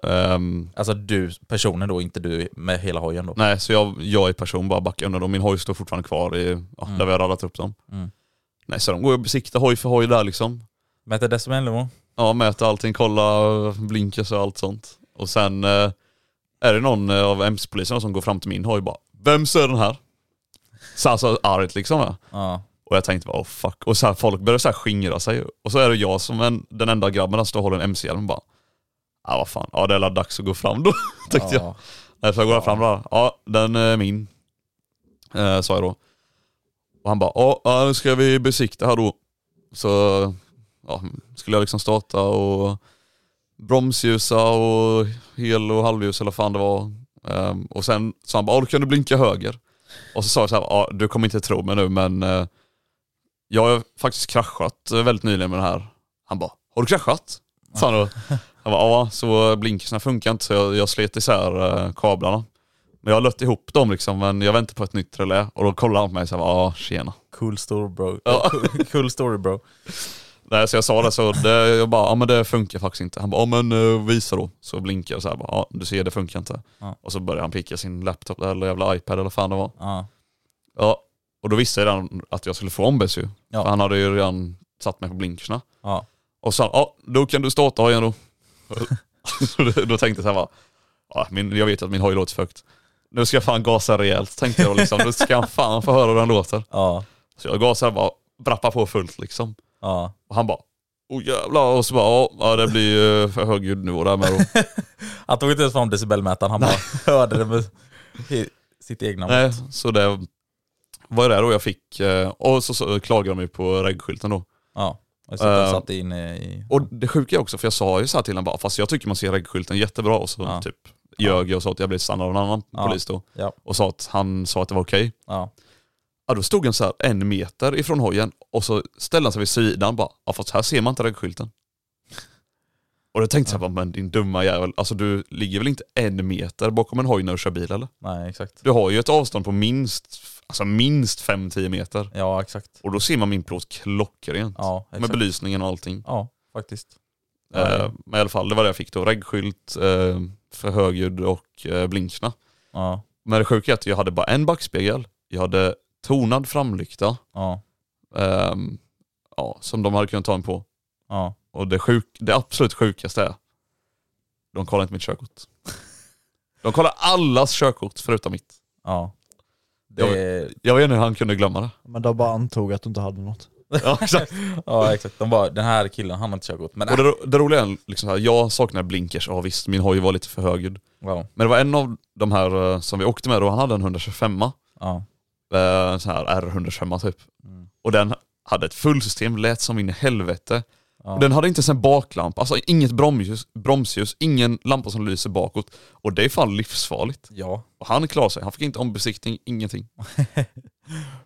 S2: Ehm,
S1: Alltså du, personen då, inte du med hela hojen då.
S2: nej så jag, jag i person bara backar undan och min hoj står fortfarande kvar i, ja, där vi har radat upp dem.
S1: Mm.
S2: Nej så de går och besiktar hoj för hoj där liksom.
S1: Mäter decibelnivå.
S2: Ja mäter allting, kollar, blinkers och allt sånt. Och sen eh, är det någon eh, av MC-poliserna som går fram till min hoj och bara Vems är den här? Så alltså argt liksom. Ja.
S1: Ja.
S2: Och jag tänkte bara oh fuck. Och så här, folk började så här skingra sig. Och så är det jag som en, den enda grabben som står och håller en MC-hjälm och bara Ja ah, vad fan, ja det är väl dags att gå fram då tyckte jag.
S1: ja.
S2: Nej, så jag går fram där. Ja den är min. Eh, sa jag då. Och han bara "Ja, ja nu ska vi besikta här då. Så ja, skulle jag liksom starta och bromsljusa och hel och halvljus eller vad fan det var. Ehm, och sen sa han bara, "Ja, då kan du blinka höger. Och så sa jag så här, "Ja, du kommer inte tro mig nu men eh, jag har faktiskt kraschat eh, väldigt nyligen med den här. Han bara, har du kraschat? Sa han då. Jag bara, ja så blinkersna funkar inte så jag, jag slet isär eh, kablarna. Men jag har lött ihop dem liksom men jag väntar på ett nytt relä och då kollar han på mig så här, ja tjena.
S1: Cool story bro.
S2: Ja.
S1: Cool- Cool story bro.
S2: Nej, så jag sa det så, det, jag bara, ja men det funkar faktiskt inte. Han bara, ja men eh, visa då. Så blinkar jag så här, bara, ja du ser det funkar inte.
S1: Ja.
S2: Och så börjar han picka sin laptop där, eller jävla iPad eller fan det var.
S1: Ja.
S2: Ja, och då visste jag redan att jag skulle få ombes ju.
S1: Ja.
S2: För han hade ju redan satt mig på blinkersna.
S1: Ja.
S2: Och så ja då kan du starta hojen då. Så då- då tänkte jag så här bara, ja, min, jag vet att min hoj låter för högt. Nu ska jag fan gasa rejält tänkte jag då liksom. Nu ska han fan få höra hur den låter.
S1: Ja.
S2: Så jag gasar bara, brappar på fullt liksom.
S1: Ja.
S2: Och han bara Åh jävlar, och så bara "Ja, ja det blir ju för hög ljudnivå där med då.
S1: Han tog inte ens fram decibelmätaren, han bara hörde det med i- sitt egna
S2: Nej,
S1: mått.
S2: så det var det då jag fick, eh, och så, så klagade de ju på regskylten då.
S1: Ja. Och så uh,
S2: Eh,
S1: satt in i...
S2: Och det sjuka är också, för jag sa ju så här till honom bara, fast jag tycker man ser regskylten jättebra och så
S1: Ja.
S2: typ ljög jag och sa att jag blev stannad av en annan
S1: Ja.
S2: polis då.
S1: Ja.
S2: Och sa att han sa att det var okej.
S1: Ja.
S2: Ja då stod han så här en meter ifrån hojen och så ställde han sig vid sidan bara, ja fast här ser man inte regskylten. Och då tänkte jag bara, men din dumma jävel, alltså du ligger väl inte en meter bakom en hoj när du kör bil eller?
S1: Nej, exakt.
S2: Du har ju ett avstånd på minst, alltså minst 5-10 meter.
S1: Ja, exakt.
S2: Och då ser man min plåt klockrent.
S1: Ja,
S2: med
S1: exakt.
S2: belysningen och allting.
S1: Ja, faktiskt. Ja,
S2: Eh,
S1: ja.
S2: men i alla fall, det var det jag fick då. Reggskylt, eh, för högljudd och eh, blinkerna.
S1: Ja.
S2: Men det sjuka är att jag hade bara en backspegel. Jag hade tonad framlykta.
S1: Ja.
S2: ehm, ja, som de hade kunnat ta en på.
S1: Ja.
S2: Och det, sjuk, det absolut sjukaste är, de kollar inte mitt körkort. De kollar allas körkort förutom mitt.
S1: Ja.
S2: Jag
S1: Det,
S2: Jag vet inte hur han kunde glömma det.
S3: Men de bara antog att du inte hade något.
S2: Ja, exakt.
S1: ja, exakt. De bara, den här killen, han har inte körkort. Men
S2: Och det, ro- det roliga är, liksom så här, jag saknar blinkers, ja visst min hoj var lite för högljudd.
S1: wow.
S2: Men det var en av de här eh, som vi åkte med då, han hade en 125 eh,
S1: Ja.
S2: så här R125 typ.
S1: Mm.
S2: Och den hade ett fullsystem, lät som in i helvete.
S1: Ja.
S2: Och den hade inte ens en baklampa, alltså inget bromsljus, bromsljus, ingen lampa som lyser bakåt. Och det är fan livsfarligt.
S1: ja.
S2: Och han klarade sig, han fick inte ombesiktning, ingenting.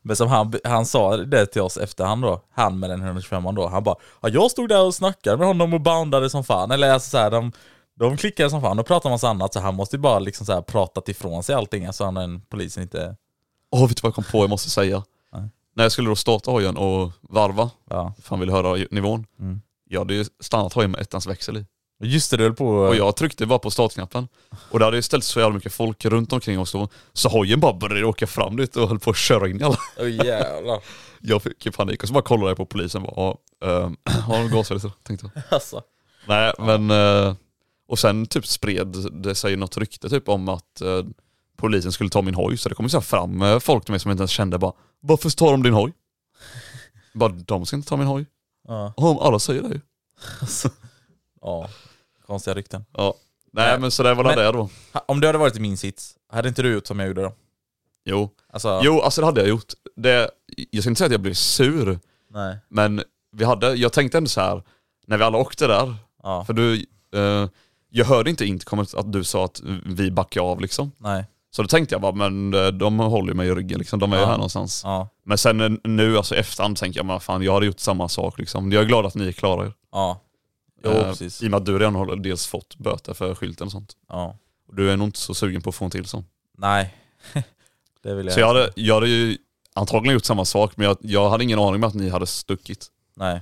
S1: Men som han, han sa det till oss efterhand då, han med den 125 då, han bara ja, jag stod där och snackade med honom och boundade som fan, eller alltså så här, de, de klickade som fan och pratade om massa annat så han måste ju bara liksom så här pratat ifrån sig allting, alltså han den polisen inte,
S2: Åh, vet du vad jag kom på jag måste säga? När jag skulle då starta hojen och varva,
S1: ja. Mm.
S2: för han ville höra ju- nivån. Jag hade ju stannat hojen med ettans växel i.
S1: Just det, du höll på
S2: Och jag tryckte bara på startknappen. Och det hade ju ställt så jävla mycket folk runt omkring oss då. Så hojen bara började åka fram dit och höll på att köra in i alla.
S1: Åh jävlar.
S2: Jag fick ju panik och så bara kollade jag på polisen och bara, ja, ehm, har de gasat lite? Tänkte jag.
S1: Alltså.
S2: Nej men, eh, och sen typ spred det sig något rykte typ om att eh, polisen skulle ta min hoj. Så det kom ju så här fram eh, folk till mig som jag inte ens kände bara, varför tar de din hoj? bara, de ska inte ta min hoj.
S1: Ja.
S2: Oh, alla säger det ju.
S1: ja, konstiga rykten.
S2: Ja. Nej men så där var det
S1: Men-
S2: där då.
S1: Ha- Om du hade varit i min sits, hade inte du gjort som jag gjorde då?
S2: Jo.
S1: Alltså,
S2: Jo, alltså det hade jag gjort. Det, jag ska inte säga att jag blev sur,
S1: nej.
S2: men vi hade, jag tänkte ändå så här när vi alla åkte där,
S1: Ja,
S2: för du, eh, jag hörde inte inkommet att du sa att vi backar av liksom.
S1: nej.
S2: Så då tänkte jag bara, men eh, de håller ju mig i ryggen liksom, de är ju
S1: Ja.
S2: här någonstans.
S1: Ja,
S2: Men sen eh, nu, alltså i efterhand, tänker jag, men fan jag hade gjort samma sak liksom. Jag är glad att ni klarar er.
S1: ja. Jo,
S2: Eh,
S1: precis.
S2: I och med att du redan har dels fått böter för skylten och sånt.
S1: Ja.
S2: Och du är nog inte så sugen på att få en till sån.
S1: Nej. det vill jag
S2: Så jag hade, jag hade ju antagligen gjort samma sak, men jag, jag hade ingen aning om att ni hade stuckit.
S1: Nej.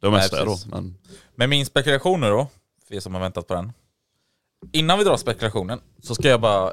S2: Det var
S1: Nej,
S2: mest det då.
S1: precis.
S2: Men,
S1: Men min spekulation nu då, för er som har väntat på den. Innan vi drar spekulationen så ska jag bara...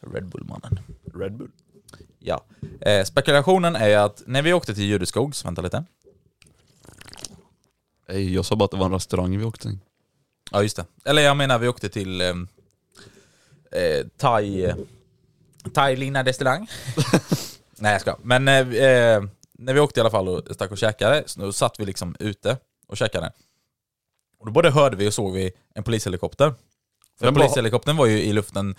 S1: Red Bull-mannen. Red Bull. Ja. Eh, spekulationen är att när vi åkte till Jureskogs, vänta lite.
S2: ej, jag sa bara att det var en restaurang vi åkte till.
S1: Ja just det. Eller jag menar vi åkte till eh, eh, thai... Thai Lina restaurang. Nej jag ska. Men eh, vi- eh, när vi åkte i alla fall och stack och käkade, så då satt vi liksom ute och käkade. Och då både hörde vi och såg vi en polishelikopter. För
S2: Den bara-
S1: polishelikoptern var ju i luften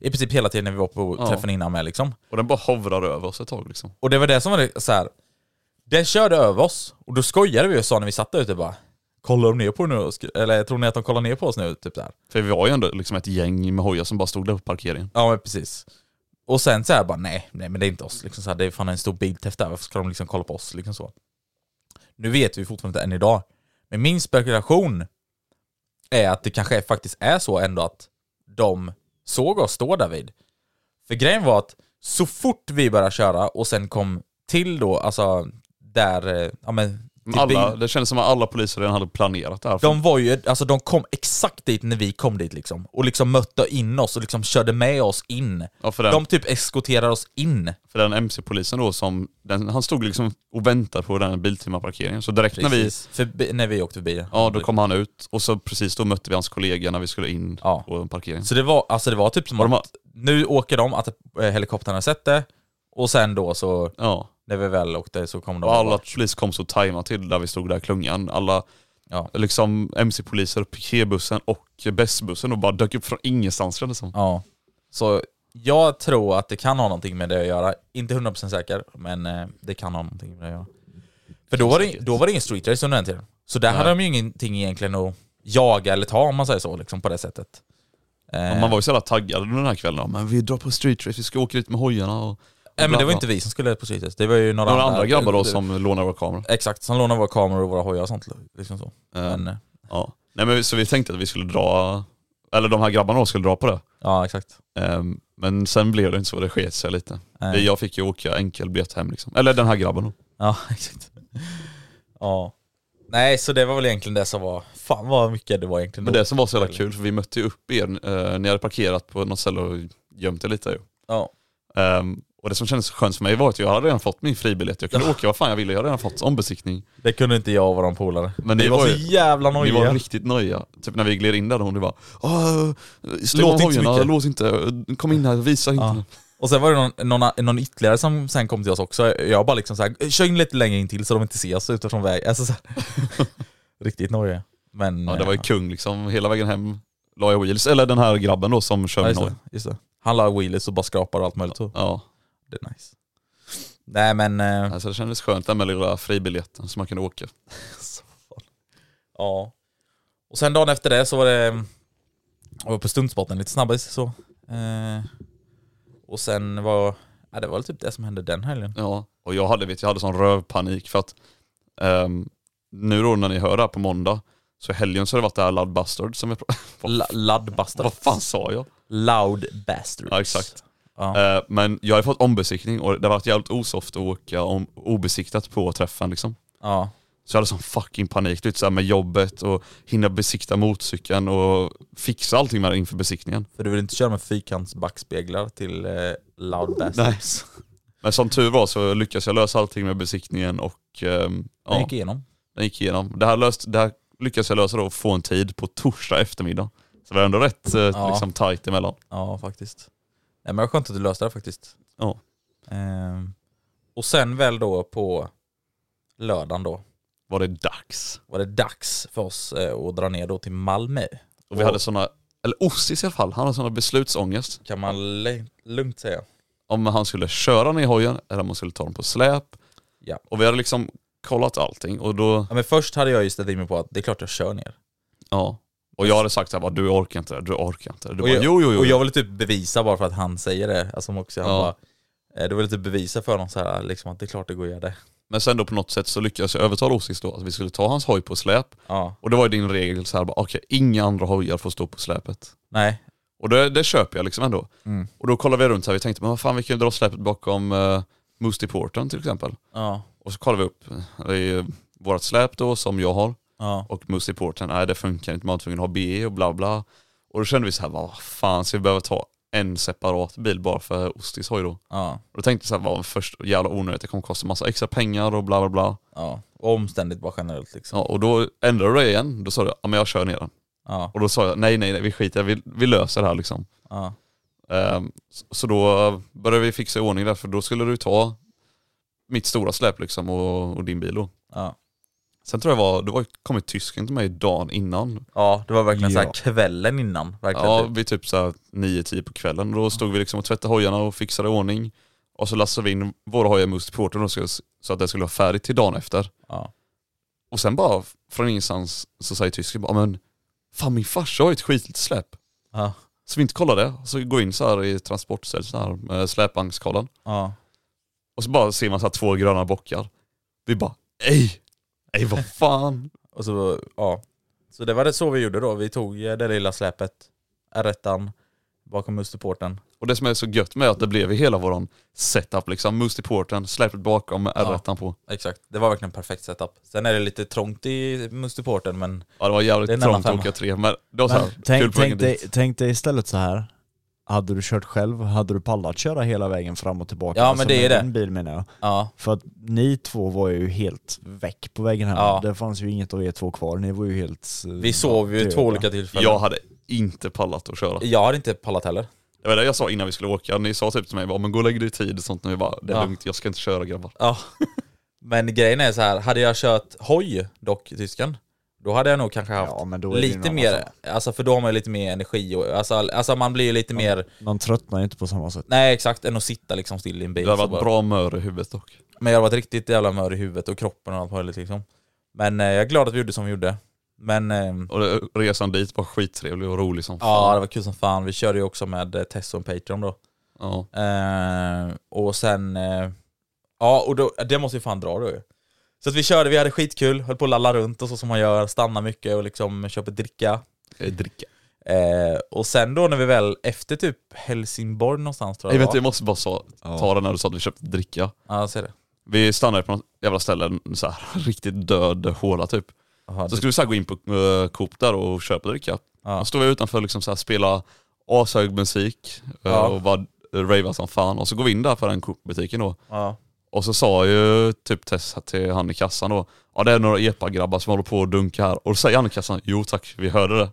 S1: i princip hela tiden när vi var på
S2: Ja.
S1: träffen innan med liksom.
S2: Och den bara hovrar över oss ett tag liksom.
S1: Och det var det som var det, så här. Den körde över oss och då skojade vi och sa när vi satt där ute bara Kollar de ner på nu? Eller tror ni att de kollar ner på oss nu? Typ där.
S2: För vi var ju ändå liksom ett gäng med hojar som bara stod där på parkeringen.
S1: Ja men precis. Och sen så här bara nej, nej men det är inte oss. Liksom så här, det är fan en stor biltest där, varför ska de liksom kolla på oss? Liksom så. Nu vet vi fortfarande inte än idag. Men min spekulation är att det kanske faktiskt är så ändå att de såg oss stå där vid. För grejen var att så fort vi började köra och sen kom till då, alltså där, eh, ja men... till
S2: Alla,
S1: bil-
S2: det kändes som att alla poliser redan hade planerat det här.
S1: de var ju, alltså de kom exakt dit när vi kom dit liksom. Och liksom mötte in oss och liksom körde med oss in.
S2: Ja, för den-
S1: De typ eskorterar oss in.
S2: För den MC-polisen då som, den, han stod liksom och väntade på den här biltimmarparkeringen. Så direkt när vi,
S1: Förbi, när vi åkte förbi.
S2: ja då kom han ut och så precis då mötte vi hans kollega när vi skulle in
S1: Ja.
S2: på parkeringen.
S1: Så det var, alltså det var typ som
S2: Och de
S1: att nu åker de, att eh, helikoptern har sett det. Och sen då så,
S2: Ja.
S1: när vi väl åkte så kom de.
S2: Och alla
S1: bara-
S2: poliser kom så tajmat till där vi stod där i klungan. Alla
S1: Ja.
S2: liksom MC-poliser, piketbussen och bussen och bara dök upp från ingenstans kändes det som.
S1: Ja. Så jag tror att det kan ha någonting med det att göra. Inte 100% säker, men eh, det kan ha någonting med det att göra. För då var det, då var det ingen street race under den tiden. Så där hade de ju ingenting egentligen att jaga eller ta om man säger så, liksom på det sättet. Eh,
S2: Man var ju så jävla taggad under den här kvällen. Men vi drar på street race, vi ska åka dit med hojarna och
S1: Nej men det
S2: Bland
S1: var
S2: annat.
S1: inte vi som skulle på slutet, det var ju några,
S2: Några andra grabbar då som lånar vår kamera.
S1: Exakt, som lånade våra kameror och våra hojar och sånt. Liksom så.
S2: Eh,
S1: Men, eh,
S2: ja. Nej, men, vi- så vi tänkte att vi skulle dra, eller de här grabbarna då skulle dra på det.
S1: ja exakt.
S2: Eh, Men sen blev det inte så, det sket sig lite.
S1: Eh,
S2: Vi- Jag fick ju åka enkelbiljett hem liksom. Eller den här grabben då.
S1: Ja exakt. Ja. Nej så det var väl egentligen det som var, fan vad mycket det var egentligen
S2: Men
S1: då.
S2: det som var så jävla kul, för vi mötte ju upp er, eh, ni hade parkerat på något ställe och gömt er lite ju.
S1: Ja.
S2: Ehm, och det som kändes skönt för mig var att jag hade redan fått min fribiljett, jag kunde åka vad fan jag ville, jag hade redan fått ombesiktning.
S1: Det kunde inte jag och våran polare.
S2: Men
S1: Vi
S2: ni
S1: var
S2: var
S1: så
S2: ju-
S1: jävla
S2: Vi var
S1: nojiga.
S2: riktigt nöjda. Typ när vi gled in där, hon bara "Åh, stäng
S1: Låt
S2: av
S1: inte så
S2: hojarna,
S1: mycket."
S2: lås inte, kom in här, visa inte.
S1: Ja. Och sen var det någon, någon, någon ytterligare som sen kom till oss också. Jag bara liksom såhär, kör in lite längre in till så de inte ser oss utifrån vägen. Alltså, så här. Riktigt nojiga. Men...
S2: Ja, det var ju
S1: eh,
S2: kung liksom, hela vägen hem la jag wheels, eller den här grabben då som kör
S1: ja,
S2: med
S1: just,
S2: hoj.
S1: det, just det. Han la wheelies och bara skrapar och allt möjligt. så.
S2: Ja,
S1: Det är nice. Nej men... eh,
S2: alltså det kändes skönt den med lilla fribiljetten som man kunde åka.
S1: Ja. Och sen dagen efter det så var det... Jag var på stuntspotten lite snabbare så. Eh, och sen var... Ja, det var väl typ det som hände den helgen.
S2: Ja, och jag hade, vet, jag hade sån rövpanik för att ehm, nu då när ni hör det här på måndag, så i helgen så har det varit det här Loud Bastard som jag pratade
S1: La- Loud bastards.
S2: Vad fan sa jag?
S1: Loud bastards.
S2: Ja, exakt.
S1: Ja.
S2: Eh, men jag har ju fått ombesiktning och det har varit jävligt osoft att åka om, obesiktat på träffen liksom.
S1: ja.
S2: Så jag hade sån fucking panik, lite såhär med jobbet och hinna besikta motorcykeln och fixa allting med det inför besiktningen.
S1: För du vill inte köra med fyrkantsbackspeglar till eh, Loud bastards.
S2: Men som tur var så lyckades jag lösa allting med besiktningen och ehm,
S1: Den
S2: ja,
S1: gick igenom.
S2: den gick igenom. Det här, löst, det här lyckades jag lösa då och få en tid på torsdag eftermiddag. Så det var ändå rätt eh,
S1: Ja.
S2: liksom tajt emellan.
S1: Ja, faktiskt. Nej, men det var skönt att du löste det faktiskt.
S2: Ja.
S1: Ehm, och sen väl då på lördagen då
S2: Var det dags.
S1: var det dags för oss eh, att dra ner då till Malmö.
S2: Och vi hade såna, eller Ossis i alla fall, han hade såna beslutsångest.
S1: Kan man le- lugnt säga.
S2: om han skulle köra ner hojen eller om han skulle ta den på släp.
S1: Ja.
S2: Och vi hade liksom kollat allting och då,
S1: Ja, men först hade jag ju ställt in mig på att det är klart jag kör ner.
S2: ja. Och jag hade sagt såhär, du orkar inte det, du orkar inte det. Du
S1: Och
S2: bara,
S1: jag-
S2: jo, jo, jo.
S1: Och jag ville typ bevisa bara för att han säger det. Alltså som också, han
S2: Ja.
S1: bara, eh, då ville jag typ bevisa för honom så här, liksom, att det är klart det går att göra det.
S2: Men sen då på något sätt så lyckades jag övertala Osis då att vi skulle ta hans hoj på släp.
S1: Ja.
S2: Och det var ju din regel såhär, bara, okej inga andra hojar får stå på släpet.
S1: Nej.
S2: Och det, det köper jag liksom ändå.
S1: Mm.
S2: Och då kollade vi runt så här, vi tänkte, men vad fan vi kan ju dra släpet bakom uh, Moosty Porten till exempel.
S1: Ja.
S2: Och så kollade vi upp, eh, det är ju vårt släp då som jag har.
S1: Ja.
S2: och Moose Porten, nej det funkar inte, man var tvungen att ha BE och bla bla. Och då kände vi så här, vad fan ska vi behöva ta en separat bil bara för Ostis hoj då? Och
S1: Ja.
S2: då tänkte jag så här, vad först jävla onödigt, det kommer kosta massa extra pengar och bla bla bla.
S1: ja. Och omständigt bara generellt liksom.
S2: Ja, och då ändrade du det igen, då sa du, ja men jag kör ner den.
S1: Ja.
S2: Och då sa jag, nej nej nej vi skiter vi, vi löser det här liksom.
S1: Ja.
S2: Ehm, så- så då började vi fixa i ordning där, för då skulle du ta mitt stora släp liksom och, och din bil då.
S1: Ja.
S2: Sen tror jag var, det var, kom ju tysken till mig dagen innan
S1: ja, det var verkligen så här
S3: Ja.
S1: kvällen innan. Verkligen.
S2: Ja,
S1: typ.
S2: vid typ såhär 9-10 på kvällen. Då stod vi liksom och tvättade hojarna och fixade i ordning. Och så lastade vi in våra hojar i Must Porter och skulle- så att det skulle vara färdigt till dagen efter.
S1: Ja.
S2: Och sen bara från ingenstans så säger tysken bara men fan min farsa har ju ett skitligt släp.
S1: Ja.
S2: Så vi inte kollade. Så vi går in så här i transportstället så här med släpvagnskollen.
S1: Ja.
S2: Och så bara ser man så här två gröna bockar. Vi bara ej, ej vad fan.
S1: Och så, ja. så det var det så vi gjorde då. Vi tog eh, det lilla släpet, r bakom musterporten.
S2: Och det som är så gött med att det blev i hela våran setup liksom. Must Porten, släpet bakom med
S1: Ja.
S2: r på.
S1: Exakt, det var verkligen perfekt setup. Sen är det lite trångt i musterporten men
S2: Ja det var jävligt
S1: Det är en annan
S2: trångt att
S1: femma.
S2: åka tre, men det var såhär,
S3: Men tänk,
S2: kul på vägen
S3: tänk, dig,
S2: dit.
S3: tänk dig istället så här. Hade du kört själv, hade du pallat köra hela vägen fram och tillbaka?
S1: Ja, men det är
S3: med
S1: det.
S3: din bil menar jag.
S1: ja.
S3: För att ni två var ju helt väck på vägen hem.
S1: Ja.
S3: Det fanns ju inget av er två kvar, ni var ju helt... eh,
S1: Vi sov ju
S3: döda.
S1: två olika tillfällen.
S2: Jag hade inte pallat att köra.
S1: Jag hade inte pallat heller.
S2: Det var det jag sa innan vi skulle åka, ni sa typ till mig bara, men gå och lägg dig i tid och sånt nu bara, det är
S1: Ja.
S2: lugnt, jag ska inte köra grabbar.
S1: Ja. Men grejen är så här, hade jag kört hoj dock, tysken, då hade jag nog kanske haft
S3: Ja, men då är det ju
S1: lite
S3: någon
S1: mer,
S3: annan
S1: alltså för då har man ju lite mer energi och, alltså, alltså man blir ju lite mer,
S3: Man tröttnar ju inte på samma sätt.
S1: nej exakt, än att sitta liksom still i en bil.
S2: Det hade
S1: så bara-
S2: varit bra mör i huvudet dock.
S1: Men jag har varit riktigt jävla mör i huvudet och kroppen och allt möjligt liksom. Men eh, jag är glad att vi gjorde som vi gjorde. Men eh,
S2: Och det, resan dit var skittrevlig och rolig som
S1: Ja,
S2: fan.
S1: det var kul som fan. Vi körde ju också med eh, Tess och Patreon då.
S2: Ja.
S1: Eh, och sen, eh, ja och då, det måste vi fan dra då ju. Så att vi körde, vi hade skitkul, höll på att lalla runt och så som man gör, stannar mycket och liksom köper dricka.
S2: Dricka.
S1: Eh, och sen då när vi väl, efter typ Helsingborg någonstans tror
S2: Jag
S1: jag
S2: vet,
S1: det
S2: jag
S1: var.
S2: måste bara så, ta den när du sa att vi köpte dricka.
S1: Ja, jag ser det.
S2: Vi stannade på något jävla ställe, så här, riktigt död håla typ.
S1: Jaha,
S2: Så
S1: det-
S2: skulle vi så här gå in på uh, Coop där och köpa dricka.
S1: Ja.
S2: Då stod vi utanför och liksom så här spela ashög musik eh,
S1: Ja.
S2: och bara rava som fan. Och så går vi in där för den Coop-butiken då.
S1: ja.
S2: Och så sa ju typ Tess till han i kassan då, ja det är några epa-grabbar som håller på och dunkar här. Och då säger han i kassan, jo tack, vi hörde det.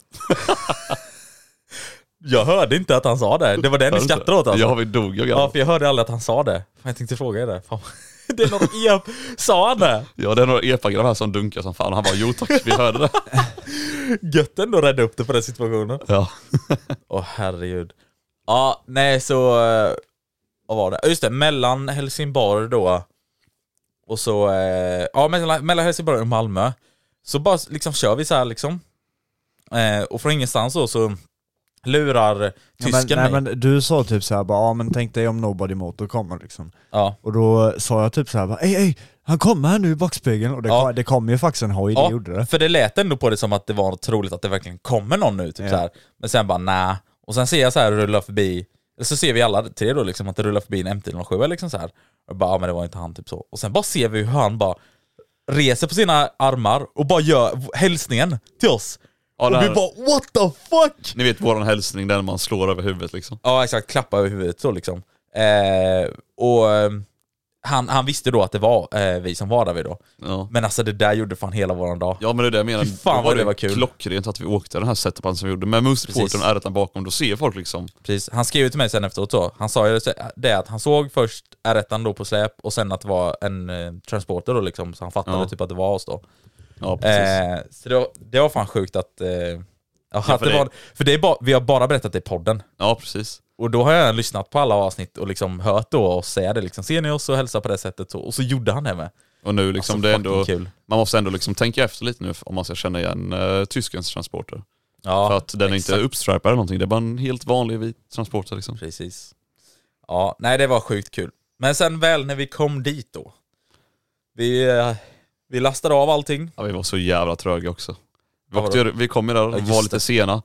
S1: Jag hörde inte att han sa det, det var den ni skrattade åt alltså.
S2: Ja vi dog ju
S1: Ja,
S2: grabbar.
S1: för jag hörde aldrig att han sa det. Fan, jag tänkte fråga er det. Fan. Det är något ep... Sa han det?
S2: Ja det är några epa-grabbar här som dunkar som fan. Och han bara, jo tack, vi hörde det.
S1: Gött ändå att rädda upp det på den situationen.
S2: Ja.
S1: Åh herregud. Ja, nej så... eh, Vad var det? Ja, Just det, mellan Helsingborg då och så... eh, Ja, mellan, mellan Helsingborg och Malmö. Så bara liksom kör vi så här liksom. Eh, Och från ingenstans då så lurar
S3: Ja, men,
S1: tysken
S3: nej,
S1: mig.
S3: men du sa typ såhär bara, ja men tänk dig om Nobody Motor kommer liksom.
S1: Ja.
S3: Och då sa jag typ såhär bara, ej ej, han kommer här nu i backspegeln. Och det,
S1: Ja.
S3: kom, det kom ju faktiskt en hoj, det gjorde det.
S1: för det lät ändå på det som att det var troligt att det verkligen kommer någon nu, typ
S3: Ja.
S1: så här. Men sen bara nä. Och sen ser jag så här rulla förbi, eller så ser vi alla tre då liksom att det rullar förbi en MT-07 liksom så här. Och bara, ja men det var inte han typ så. Och sen bara ser vi hur han bara reser på sina armar och bara gör hälsningen till oss.
S2: Ja, det
S1: och vi
S2: här-
S1: bara what the fuck!
S2: Ni vet våran hälsning, den man slår över huvudet liksom.
S1: Ja exakt, klappa över huvudet så liksom. Eh, och eh, han, han visste då att det var eh, vi som var där vi då.
S2: Ja.
S1: Men alltså det där gjorde fan hela våran dag.
S2: Ja men det är det jag menar,
S1: Fy fan,
S2: Då
S1: vad det var
S2: ju
S1: kul.
S2: klockrent att vi åkte den här setupen som vi gjorde. Med museporten
S1: Precis.
S2: och r bakom, då ser folk liksom.
S1: Precis. Han skrev ju till mig sen efteråt så. Han sa ju det att han såg först r då på släp och sen att det var en eh, transporter då liksom, så han fattade
S2: Ja.
S1: typ att det var oss då.
S2: Ja precis.
S1: Eh, så det var, det var fan sjukt att... Eh, ja, att
S2: för
S1: det
S2: det-
S1: var, för det är bara, vi har bara berättat det i podden.
S2: Ja precis.
S1: Och då har jag lyssnat på alla avsnitt och liksom hört då och säga det liksom, ser ni oss och hälsa på det sättet så. Och så gjorde han det med.
S2: Och nu liksom,
S1: Alltså,
S2: det är
S1: fucking
S2: ändå,
S1: kul.
S2: man måste ändå liksom tänka efter lite nu om man ska känna igen eh, tyskens transporter.
S1: Ja,
S2: För att den är inte
S1: exakt.
S2: uppstripad eller någonting, det är bara en helt vanlig vit transporter liksom.
S1: Precis. Ja, nej det var sjukt kul. Men sen väl när vi kom dit då. Vi, eh, vi lastade av allting.
S2: Ja, vi var så jävla tröga också. Vi,
S1: Ja,
S2: åkte, ju- vi kom ju där,
S1: just
S2: var lite
S1: det.
S2: sena,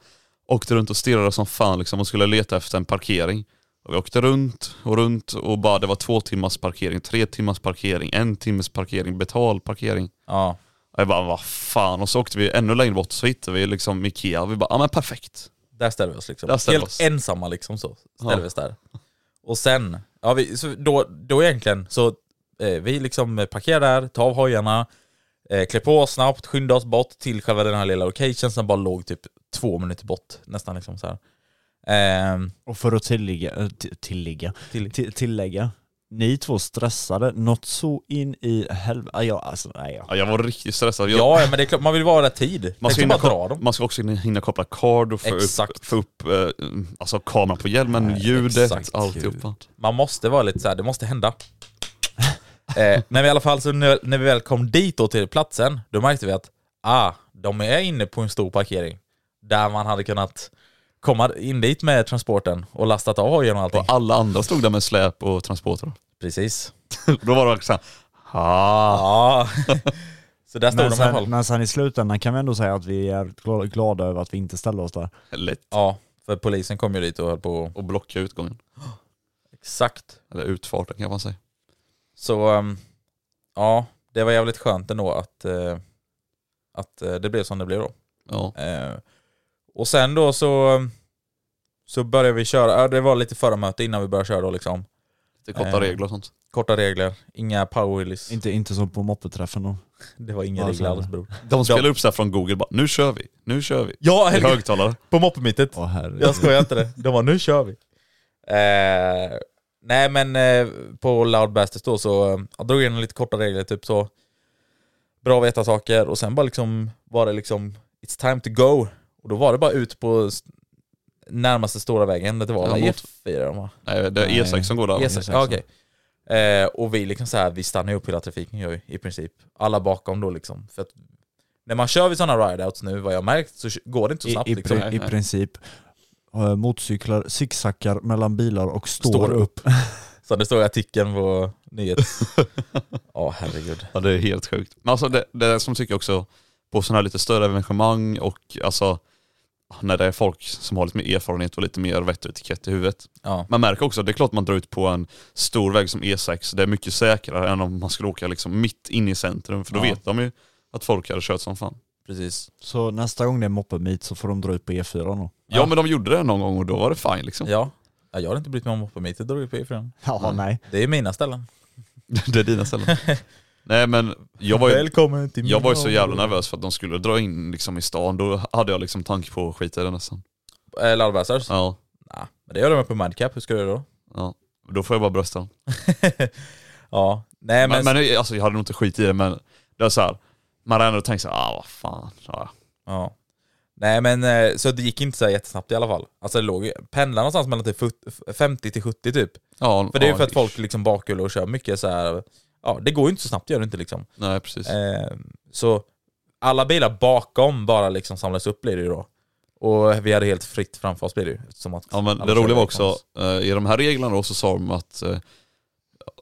S2: åkte runt och stirrade som fan liksom och skulle leta efter en parkering. Och vi åkte runt och runt och bara det var två timmars parkering, tre timmars parkering, en timmes parkering, betald parkering.
S1: Ja.
S2: Och jag bara vad fan och så åkte vi ännu längre bort så hittade vi liksom Ikea och vi bara ja men perfekt.
S1: Där ställer vi oss liksom.
S2: Där ställer
S1: Helt
S2: oss.
S1: ensamma liksom så. Ställer
S2: Ja.
S1: vi oss där. Och sen, ja, vi, så då, då egentligen så eh, vi liksom parkerar där, tar av hojarna, eh, klär på oss snabbt, skyndar oss bort till själva den här lilla locationen som bara låg typ två minuter bort nästan liksom så här. Ehm,
S3: Och för att tillägga, eh, t- tillägga,
S1: Till-
S3: till, tillägga, ni två stressade något så in i helvete. Ja, jag- alltså, nej, jag-
S2: Ja, jag var riktigt stressad. Jag,
S1: ja, ja, men det är klart, man vill vara där tid. Man
S2: man, ska
S1: ska
S2: hinna
S1: bara
S2: ko-
S1: dra dem.
S2: man ska också hinna- hinna koppla card och få upp,
S1: Exakt.
S2: få upp eh, alltså, kameran på hjälmen,
S1: Nej,
S2: ljudet,
S1: exakt.
S2: alltihopa.
S1: Man måste vara lite så här, det måste hända. eh, men i alla fall, så när, när vi väl kom dit då till platsen, då märkte vi att ah, de är inne på en stor parkering. Där man hade kunnat komma in dit med transporten och lastat av hojen och allting.
S2: Och alla andra stod där med släp och transporter.
S1: Precis.
S2: Då var det också såhär, ha.
S1: Ja. så där stod
S3: Men
S1: de i alla
S3: sen,
S1: fall.
S3: men sen i slutändan kan vi ändå säga att vi är gla- glada över att vi inte ställde oss där.
S2: Lätt.
S1: Ja, för polisen kom ju dit och höll på.
S2: Och blocka utgången.
S1: Exakt.
S2: Eller utfarten kan man säga.
S1: Så ehm, ja, det var jävligt skönt ändå att, eh, att eh, det blev som det blev då.
S2: Ja.
S1: Eh, och sen då så, så började vi köra, ja, det var lite förmöte innan vi började köra då liksom.
S2: Lite korta
S1: Eh.
S2: regler och sånt.
S1: Korta regler, inga powerwheelies.
S3: Inte, inte som på moppeträffen då.
S1: Det var inga
S3: Ja,
S1: regler
S3: så-
S1: alls bror.
S2: De spelar upp såhär från google bara, nu kör vi, nu kör vi.
S1: Ja,
S2: I
S1: eller-
S2: högtalare.
S1: på moppemytet.
S3: Åh herregud.
S1: Jag skojar inte det. De var nu kör vi. Eh, nej men eh, på Loud Bastards då så eh, jag drog igenom lite korta regler typ så. Bra att veta saker och sen bara liksom var det liksom It's time to go. Och då var det bara ut på s- närmaste stora vägen. Det var
S2: Ja,
S1: ja,
S2: mot-
S1: E4 de va?
S2: Nej, det är
S3: Nej.
S2: E6 som går där.
S1: E6, ja, okej. Eh, och vi liksom så här, vi stannar ju upp hela trafiken gör ju, i princip. Alla bakom då liksom. För att när man kör vid sådana rideouts nu, vad jag har märkt, så kö- går det inte så snabbt
S3: I, i,
S1: liksom.
S3: pri, I princip. eh, motorcyklar zigzackar mellan bilar och står,
S1: Står
S3: upp.
S1: Så det står i artikeln på nyhets... Ja, herregud.
S2: Ja det är helt sjukt. Men alltså det, det som tycker jag också, på sådana här lite större evenemang och alltså när det är folk som har lite mer erfarenhet och lite mer vett och etikett i huvudet.
S1: Ja.
S2: Man märker också, det är klart man drar ut på en stor väg som E6, det är mycket säkrare än om man skulle åka liksom mitt inne i centrum för då
S1: Ja.
S2: vet de ju att folk hade kört som fan.
S1: Precis.
S3: Så nästa gång det är moppe-meet så får de dra ut på E4 då.
S2: Ja. men de gjorde det någon gång och då var det fine liksom.
S1: Ja. ja jag har inte brytt mig om att på mitt, det drog ju på ifrån.
S3: Ja, nej.
S1: Det är mina ställen.
S2: det är dina ställen. Nej men jag var ju,
S1: Välkommen till
S2: jag var ju så
S1: mina-
S2: jävla nervös för att de skulle dra in liksom i stan, då hade jag liksom tanke på att skita i det nästan.
S1: Eh, Loudbasters?
S2: Ja,
S1: Nej, men det gör de på Madcap, hur ska du göra då?
S2: ja. Då får jag bara brösta dem.
S1: ja, nej men...
S2: Men, men, alltså, jag hade nog inte skit i det men det var så här, man hade ändå tänkt såhär, ah vad fan. Ja.
S1: ja. Nej men eh, så det gick inte så här jättesnabbt i alla fall. Alltså det låg, pendlar någonstans mellan typ fut- 50 till 70 typ.
S2: Ja,
S1: För det är ju
S2: ja,
S1: för att folk liksom bakhjular och kör mycket så här. ja det går ju inte så snabbt gör det inte liksom.
S2: Nej precis.
S1: Eh, så alla bilar bakom bara liksom samlas upp blir det ju då. Och vi hade helt fritt framför oss blir det ju. eftersom att
S2: Ja men det
S1: alla kör
S2: roliga
S1: bakom
S2: var också,
S1: oss.
S2: eh, i de här reglerna då så sa de att, eh,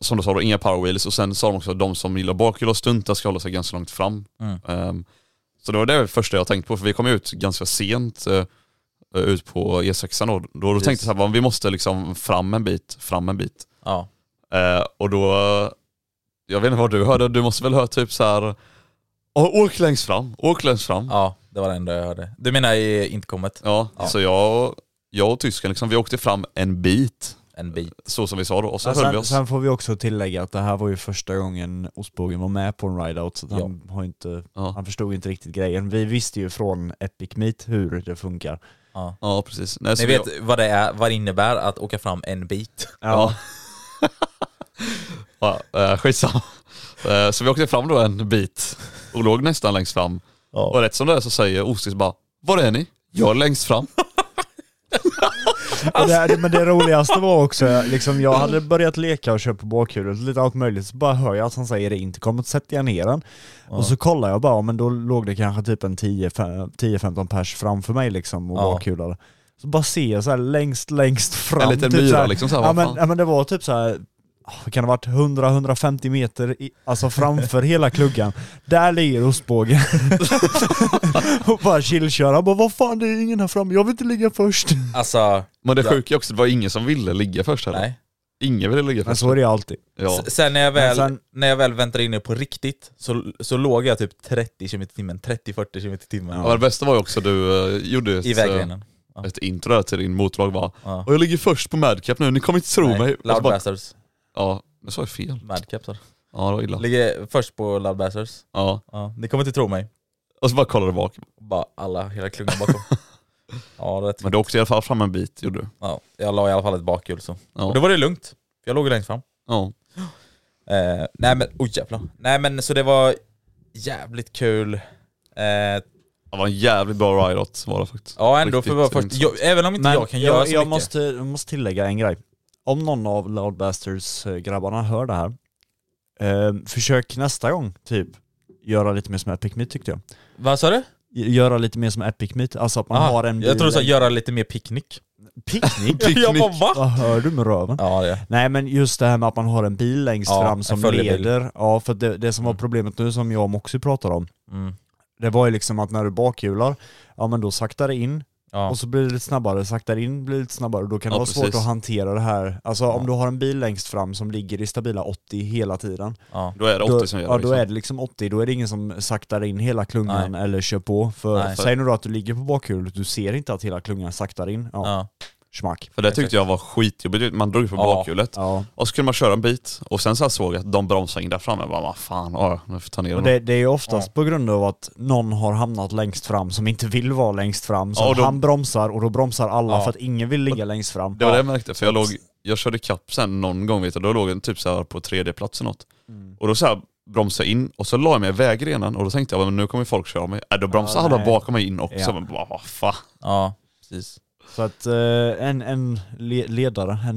S2: som du sa då, inga powerwheels och sen sa de också att de som gillar bakhjul och stuntar ska hålla sig ganska långt fram.
S1: Mm.
S2: Ehm, så det var det första jag tänkte på, för vi kom ut ganska sent eh, ut på E6 då. Då, då
S1: Precis.
S2: tänkte jag så här, "Va, vi måste liksom fram en bit, fram en bit.
S1: Ja.
S2: Eh, och då, jag vet inte vad du hörde, du måste väl höra typ så här. "Å, åk längst fram, åk längst fram.
S1: ja, det var det enda jag hörde. Du menar i intercomet?
S2: Ja,
S1: Ja.
S2: så jag, jag och tysken liksom, vi åkte fram en bit,
S1: En bit.
S2: så som vi sa då, och så
S3: Ja,
S2: höll vi
S3: sen,
S2: oss.
S3: sen får vi också tillägga att det här var ju första gången Ostbågen var med på en rideout så att han, har inte,
S2: Ja.
S3: han förstod inte riktigt grejen. Vi visste ju från Epic Meet hur det funkar.
S1: Ja.
S2: Ja precis. Nej, så
S1: Ni
S2: vi-
S1: vet vad det är, vad det innebär att åka fram en bit.
S2: Ja. ja. eh, skitsamma. Eh, Så vi åkte fram då en bit och låg nästan längst fram. Och rätt som det är så säger Ostis bara Var är ni? Jag är längst fram.
S3: Och Det,
S2: Alltså-
S3: men det roligaste var också, liksom, jag hade börjat leka och köra på bakhjulet, lite allt möjligt, så bara hör jag att han säger det inte kommer att sätta ner den. Och så kollar jag bara, ja, men då låg det kanske typ en 10, fem- 10-15 pers framför mig liksom och
S1: Ja.
S3: bakhjulade. Så bara ser jag så här längst, längst fram.
S2: En liten
S3: typ
S2: myra
S3: så här,
S2: liksom, så här,
S3: ja,
S2: vad
S3: men,
S2: fan?
S3: ja men det var typ så här. oh, Kan det ha varit 100-150 meter i, alltså framför hela kluggan? Där ligger ostbågen. och bara chillkör. Han bara vad fan det är ingen här framme, jag vill inte ligga först.
S1: Alltså,
S2: Men det
S1: Ja.
S2: sjuka är också, det var ingen som ville ligga först heller.
S1: nej. Alltså,
S2: Ingen ville ligga
S3: Men
S2: först.
S3: så är det alltid.
S2: Ja.
S1: S- Sen när jag väl,
S3: Men sen-
S1: när jag väl väntade in er på riktigt så, så låg jag typ 30 km i timmen, 30-40 km i timmen.
S2: Ja, det bästa var ju också du eh, gjorde ett,
S1: I vägrenen.
S2: eh, ett intro där till din motorlag bara
S1: Ja.
S2: Och jag ligger först på Madcap nu, ni kommer inte tro mig. Och så
S1: Loud
S2: bara,
S1: Bastards,
S2: ja, det sa jag fel.
S1: Madcap sa du.
S2: Ja det var illa.
S1: Ligger först på Loud Bastards.
S2: Ja.
S1: Ja. Ni kommer inte tro mig.
S2: Och så bara kollade bak.
S1: Bara alla, hela klungan bakom. ja, rätt.
S2: Men du åkte i alla fall fram en bit gjorde du.
S1: Ja, jag la i alla fall ett bakhjul så. Och då
S2: Ja.
S1: var det lugnt. för Jag låg ju längst fram.
S2: ja.
S1: Eh, nej men, oj jävlar. Nej men så det var jävligt kul. Eh,
S2: Det var en jävligt bra ride-out var det faktiskt.
S1: ja ändå
S2: Riktigt
S1: för att vara först.
S2: intressant.
S1: Jag, även om inte jag kan göra så
S3: jag
S1: mycket.
S3: måste, jag måste tillägga en grej. Om någon av Loudbasters-grabbarna hör det här, eh, försök nästa gång typ göra lite mer som Epic Meet tyckte jag.
S1: Vad sa du?
S3: G- Göra lite mer som Epic Meet, alltså att man
S1: Aha,
S3: har en
S1: Ah, jag tror du sa
S3: en-
S1: göra lite mer picknick.
S3: picknick.
S1: jag bara va?
S3: Vad hör du med röven?
S1: Ja det är.
S3: Nej men just det här med att man har en bil längst
S1: Ja,
S3: fram
S1: en
S3: som
S1: följebil.
S3: leder. Ja för det, det som var problemet nu som jag och Moxie pratade om,
S1: Mm.
S3: det var ju liksom att när du bakhjular, ja men då saktar det in
S1: Ja.
S3: Och så blir det lite snabbare, saktar in blir det lite snabbare och då kan det
S2: Ja,
S3: vara svårt
S2: precis.
S3: att hantera det här. Alltså om du har en bil längst fram som ligger i stabila 80 hela tiden.
S1: ja.
S2: Då är det 80
S3: Då,
S2: som gäller.
S3: ja då
S2: liksom.
S3: är det liksom 80, då är det ingen som saktar in hela klungan eller kör på. För
S1: Nej.
S3: säg nu då att du ligger på bakhjulet, du ser inte att hela klungan saktar in. Ja,
S1: Ja.
S3: schmack.
S2: För det tyckte jag var skitjobbigt. Man drog på
S1: Ja.
S2: bakhjulet
S3: Ja.
S2: och så kunde man köra en bit och sen så här såg jag att de bromsade in där framme. Jag bara, vad fan, ja, nu får jag ta ner
S3: Och
S2: den.
S3: det, det är ju oftast på grund av att någon har hamnat längst fram som inte vill vara längst fram. Så
S2: Ja, och då-
S3: han bromsar och då bromsar alla
S1: Ja.
S3: för att ingen vill ligga längst fram.
S2: Det var det jag märkte, för jag låg, jag körde kapp sen någon gång vet jag, då låg jag typ så här på tredje plats eller något.
S3: Mm.
S2: Och då så här bromsade jag in och så la jag mig i vägrenen och då tänkte jag men nu kommer folk köra mig. Äh, då bromsade alla
S3: nej.
S2: bakom mig in också.
S3: Ja.
S2: Men bara, vad fan.
S1: ja, precis.
S3: Så att eh, en, en le- ledare, en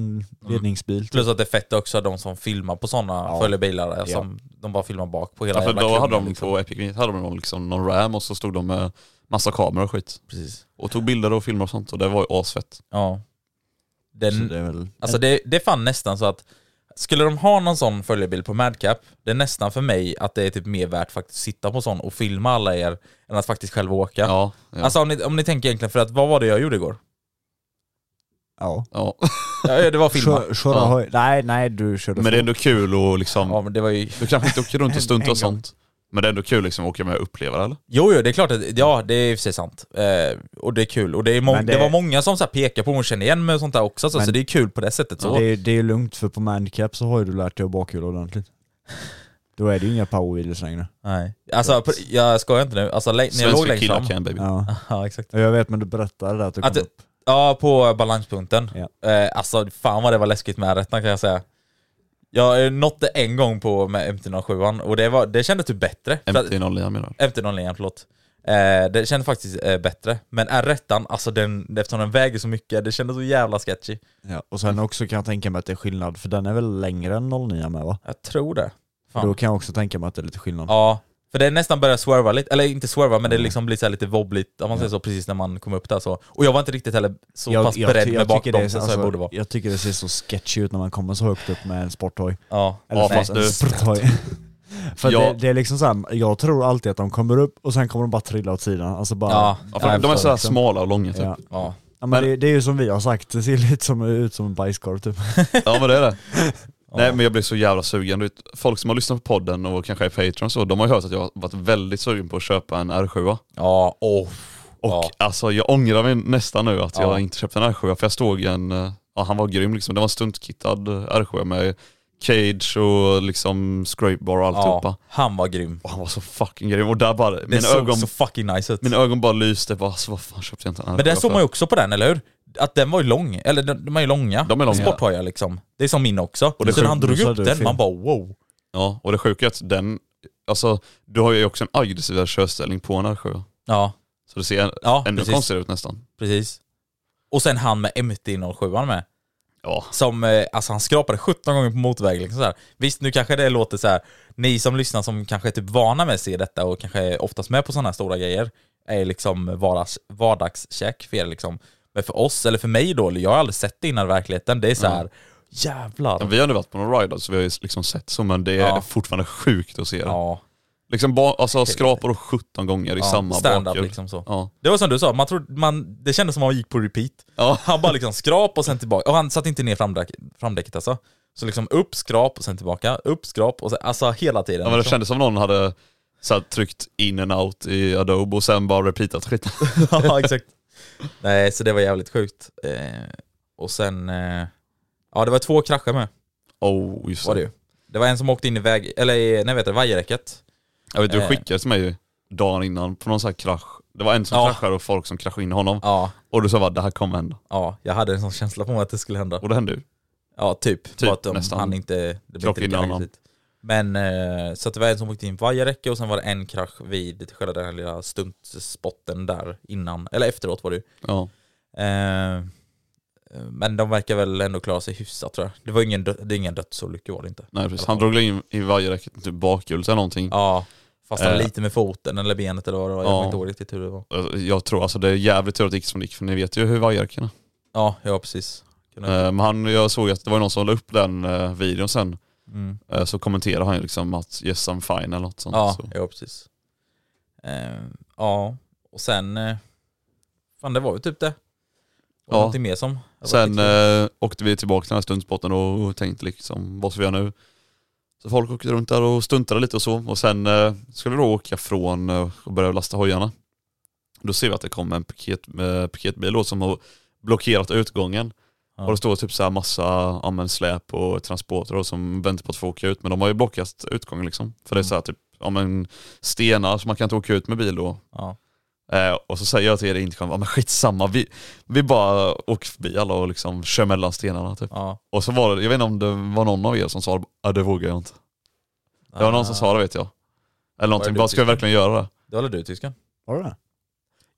S2: Mm.
S3: ledningsbil. typ.
S1: Plus att det är fett också de som filmar på sådana följebilar. eh, Som de bara filmar bak på hela
S2: Ja, för
S1: jävla
S2: då hade
S1: klungan,
S2: de
S1: liksom.
S2: på Epic Meet hade de liksom någon ram och så stod de med Massa kameror och skit.
S1: Precis.
S2: Och tog bilder och filmer och sånt och det var ju asfett.
S1: Ja.
S3: Så
S2: Mm.
S1: Den,
S3: det är väl...
S1: Alltså det, det är fan nästan så att skulle de ha någon sån följebild på Madcap, det är nästan för mig att det är typ mer värt faktiskt att sitta på sån och filma alla er än att faktiskt själv åka.
S2: Ja. ja.
S1: Alltså om ni, om ni tänker egentligen, för att vad var det jag gjorde igår?
S3: ja.
S2: ja.
S1: Ja, det var filma.
S3: Kör, köra
S2: Ja.
S3: hoj. Nej, nej du körde
S2: Men det är
S3: fort.
S2: ändå kul och
S1: Ja
S2: liksom,
S1: men det var ju...
S2: du kanske inte åker runt och
S3: En- en
S2: stuntar
S3: gång.
S2: och sånt. Men det är ändå kul liksom att åka med och uppleva det eller?
S1: Jo, jo det är klart att, ja det är i och för sig sant. Eh, och det är kul. Och det, är må-
S3: Men
S1: det...
S3: det-
S1: var många som så här pekade på och kände igen mig och sånt där också, så,
S3: Men-
S1: så det är kul på det sättet. Så.
S3: Det är, det är lugnt för på Mancap så har ju du lärt dig att bakhjula ordentligt. Då är det ju inga powerwheels längre.
S1: Nej. Alltså på- jag skojar inte nu, alltså lä- när jag låg
S2: Svenska
S1: längst
S2: killar
S1: fram.
S2: kan baby.
S3: Ja.
S1: Ja exakt.
S3: Och Jag vet men du berättade det att du kom
S1: Att det-
S3: upp.
S1: Ja, på balanspunkten.
S3: Ja.
S1: Eh, alltså fan vad det var läskigt med rättan kan jag säga. Jag eh, nådde en gång på med MT-07 och det, var, det kändes typ bättre. För att-
S2: MT-09 menar
S1: MT-09, förlåt. Eh, det kändes faktiskt eh, bättre. Men R1, alltså den, eftersom den väger så mycket, det kändes så jävla sketchy.
S3: Ja. Och sen också kan jag tänka mig att det är skillnad, för den är väl längre än 09 med va?
S1: Jag tror det. Fan.
S3: Då kan jag också tänka mig att det är lite skillnad.
S1: Ja, för det nästan börjar swerva lite, eller inte swerva men det liksom blir så här lite wobbligt om man säger så precis när man kommer upp där så. Och jag var inte riktigt heller så pass beredd
S3: ty-
S1: med
S3: tycker det är-
S1: bakbromsen som jag
S3: alltså,
S1: borde vara.
S3: Jag tycker det ser så sketchy ut när man kommer så högt upp med en sporthoj.
S1: Ja,
S3: Eller
S2: Ja,
S3: nej,
S2: fast
S3: en
S2: du-
S3: sporthoj. För
S2: Ja.
S3: det, det är liksom såhär, jag tror alltid att de kommer upp och sen kommer de bara trilla åt sidan. Alltså bara...
S1: ja,
S2: Ja, för de är sådär smala och långa typ.
S3: Ja.
S2: Ja.
S1: ja.
S3: Ja, men
S2: Men-
S3: det, det är ju som vi har sagt, det ser lite som, ut som en bajskorv typ.
S2: men det är det.
S1: Ja.
S2: Nej men jag blir så jävla sugen. Du vet, folk som har lyssnat på podden och kanske är Patreon och så, de har ju hört att jag har varit väldigt sugen på att köpa en R7.
S1: Ja, åh.
S2: Och
S1: Ja.
S2: alltså jag ångrar mig nästan nu att
S1: Ja.
S2: jag inte köpte en R7 för jag stod i en, eh, ja han var grym liksom, det var en stuntkittad R7 med cage och liksom scrapebar och alltihopa.
S1: Ja, han var grym.
S2: Och han var så fucking grym och där bara,
S1: Det
S2: mina
S1: såg
S2: ögon,
S1: så fucking nice ut.
S2: mina ögon bara lyste, bara alltså vad fan köpte jag inte en R7
S1: Men den såg
S2: för?
S1: man ju också på den, eller hur? Att den var ju lång, eller de, de är ju långa.
S2: De är långa.
S1: Sporthojar liksom. Det är som min också. Och
S2: det
S1: sen
S2: sjuk-
S1: han drog
S3: så
S1: upp
S3: du
S1: den,
S3: film.
S1: man bara wow.
S2: Ja, och det sjuka är att den, alltså du har ju också en aggressivare körställning på en R7.
S1: Ja,
S2: Så det ser
S1: ja
S2: ännu
S1: precis.
S2: konstigare ut nästan.
S1: precis. Och sen han med MT-07 med.
S2: Ja,
S1: Som, eh, alltså han skrapade 17 gånger på motorväg liksom så här. Visst nu kanske det låter så här. ni som lyssnar som kanske är typ vana med att se detta och kanske är oftast med på sådana här stora grejer, är liksom vardags, vardagskäk för er liksom. Men för oss, eller för mig då, jag har aldrig sett det innan i verkligheten, det är så här. jävlar.
S2: vi har nu varit på några ride så vi har ju liksom sett så men det är
S1: Ja.
S2: fortfarande sjukt att se det.
S1: Ja,
S2: Liksom ba, alltså skrapar och 17 gånger i
S1: ja.
S2: samma
S1: stand-up
S2: bakhjul.
S1: liksom så.
S2: Ja.
S1: Det var som du sa, man trodde, man, det kändes som att man gick på repeat.
S2: Ja.
S1: Han bara liksom skrap och sen tillbaka, och han satte inte ner framdäck, framdäcket alltså. Så liksom upp, skrap och sen tillbaka, upp, skrap och sen, alltså hela tiden.
S2: ja men det
S1: liksom.
S2: kändes som någon hade så här, tryckt in and out i Adobe och sen bara repeatat skiten.
S1: ja, exakt. Nej, så det var jävligt sjukt. Eh, och sen... Eh, ja, det var två krascher med.
S2: oh, just
S1: Var det, ju. det var en som åkte in i väg... Eller i- nej, vet det, vajerräcket.
S2: Jag vet, du
S1: Eh.
S2: skickade till mig ju dagen innan på någon sån här krasch. Det var en som
S1: Ja.
S2: kraschade och folk som kraschade in i honom.
S1: Ja,
S2: Och du sa bara det här kommer hända.
S1: ja, jag hade en sån känsla på mig att det skulle hända.
S2: Och det hände ju.
S1: Ja, typ. typ att de,
S2: nästan.
S1: han inte... Det blev
S2: Krock
S1: inte lika
S2: innan
S1: långt
S2: honom.
S1: dit. Men eh, så att det var en som åkte in i vajerräcke och sen var det en krasch vid själva den här lilla stuntspotten där innan. Eller efteråt var det ju.
S2: Ja.
S1: Eh, men de verkar väl ändå klara sig hyfsat tror jag. Det var ingen, dö- det är ingen dödsolycka var det inte.
S2: Nej precis, han drog in i vajerräcket, typ bakhjulet eller någonting.
S1: Ja, fastnade
S2: Eh.
S1: lite med foten eller benet eller vad det var. Jag
S2: Ja.
S1: kommer inte ihåg riktigt hur det var.
S2: Jag tror alltså det är jävligt tur att det gick som det gick för ni vet ju hur vajerräcken är.
S1: Ja, ja precis. Kunde-
S2: Eh, Men han, jag såg att det var någon som la upp den eh, videon sen,
S1: Mm.
S2: eh, så kommenterade han ju liksom att yes I'm fine eller något sånt.
S1: Ja,
S2: Så.
S1: ja precis. Eh, ja, och sen... eh, Fan det var ju typ det. Var
S2: Ja.
S1: någonting mer som... jag var
S2: Sen
S1: lite-
S2: eh, åkte vi tillbaka till den här stuntspotten och och tänkte liksom vad ska vi göra nu? Så folk åkte runt där och stuntade lite och så och sen eh, skulle vi då åka från eh, och börja lasta hojarna. Då ser vi att det kommer en piket, eh, piketbil då som har blockerat utgången.
S1: ja.
S2: Och det står typ så här massa ja, men släp och transporter och som väntar på att få åka ut. Men de har ju blockat utgången liksom. För
S1: Mm.
S2: det är så här typ ja, men stenar så man kan inte åka ut med bil då.
S1: ja.
S2: Eh, och så säger jag till er i intercom, ja men skitsamma, vi, vi bara åker förbi alla och liksom kör mellan stenarna typ.
S1: ja.
S2: Och så var det, jag vet inte om det var någon av er som sa, ja det vågar jag inte. Det var någon som sa det vet jag. Eller någonting,
S1: det
S2: bara ska vi
S1: tyst?
S2: verkligen göra det?
S1: Det var väl du tysken?
S3: Var det det?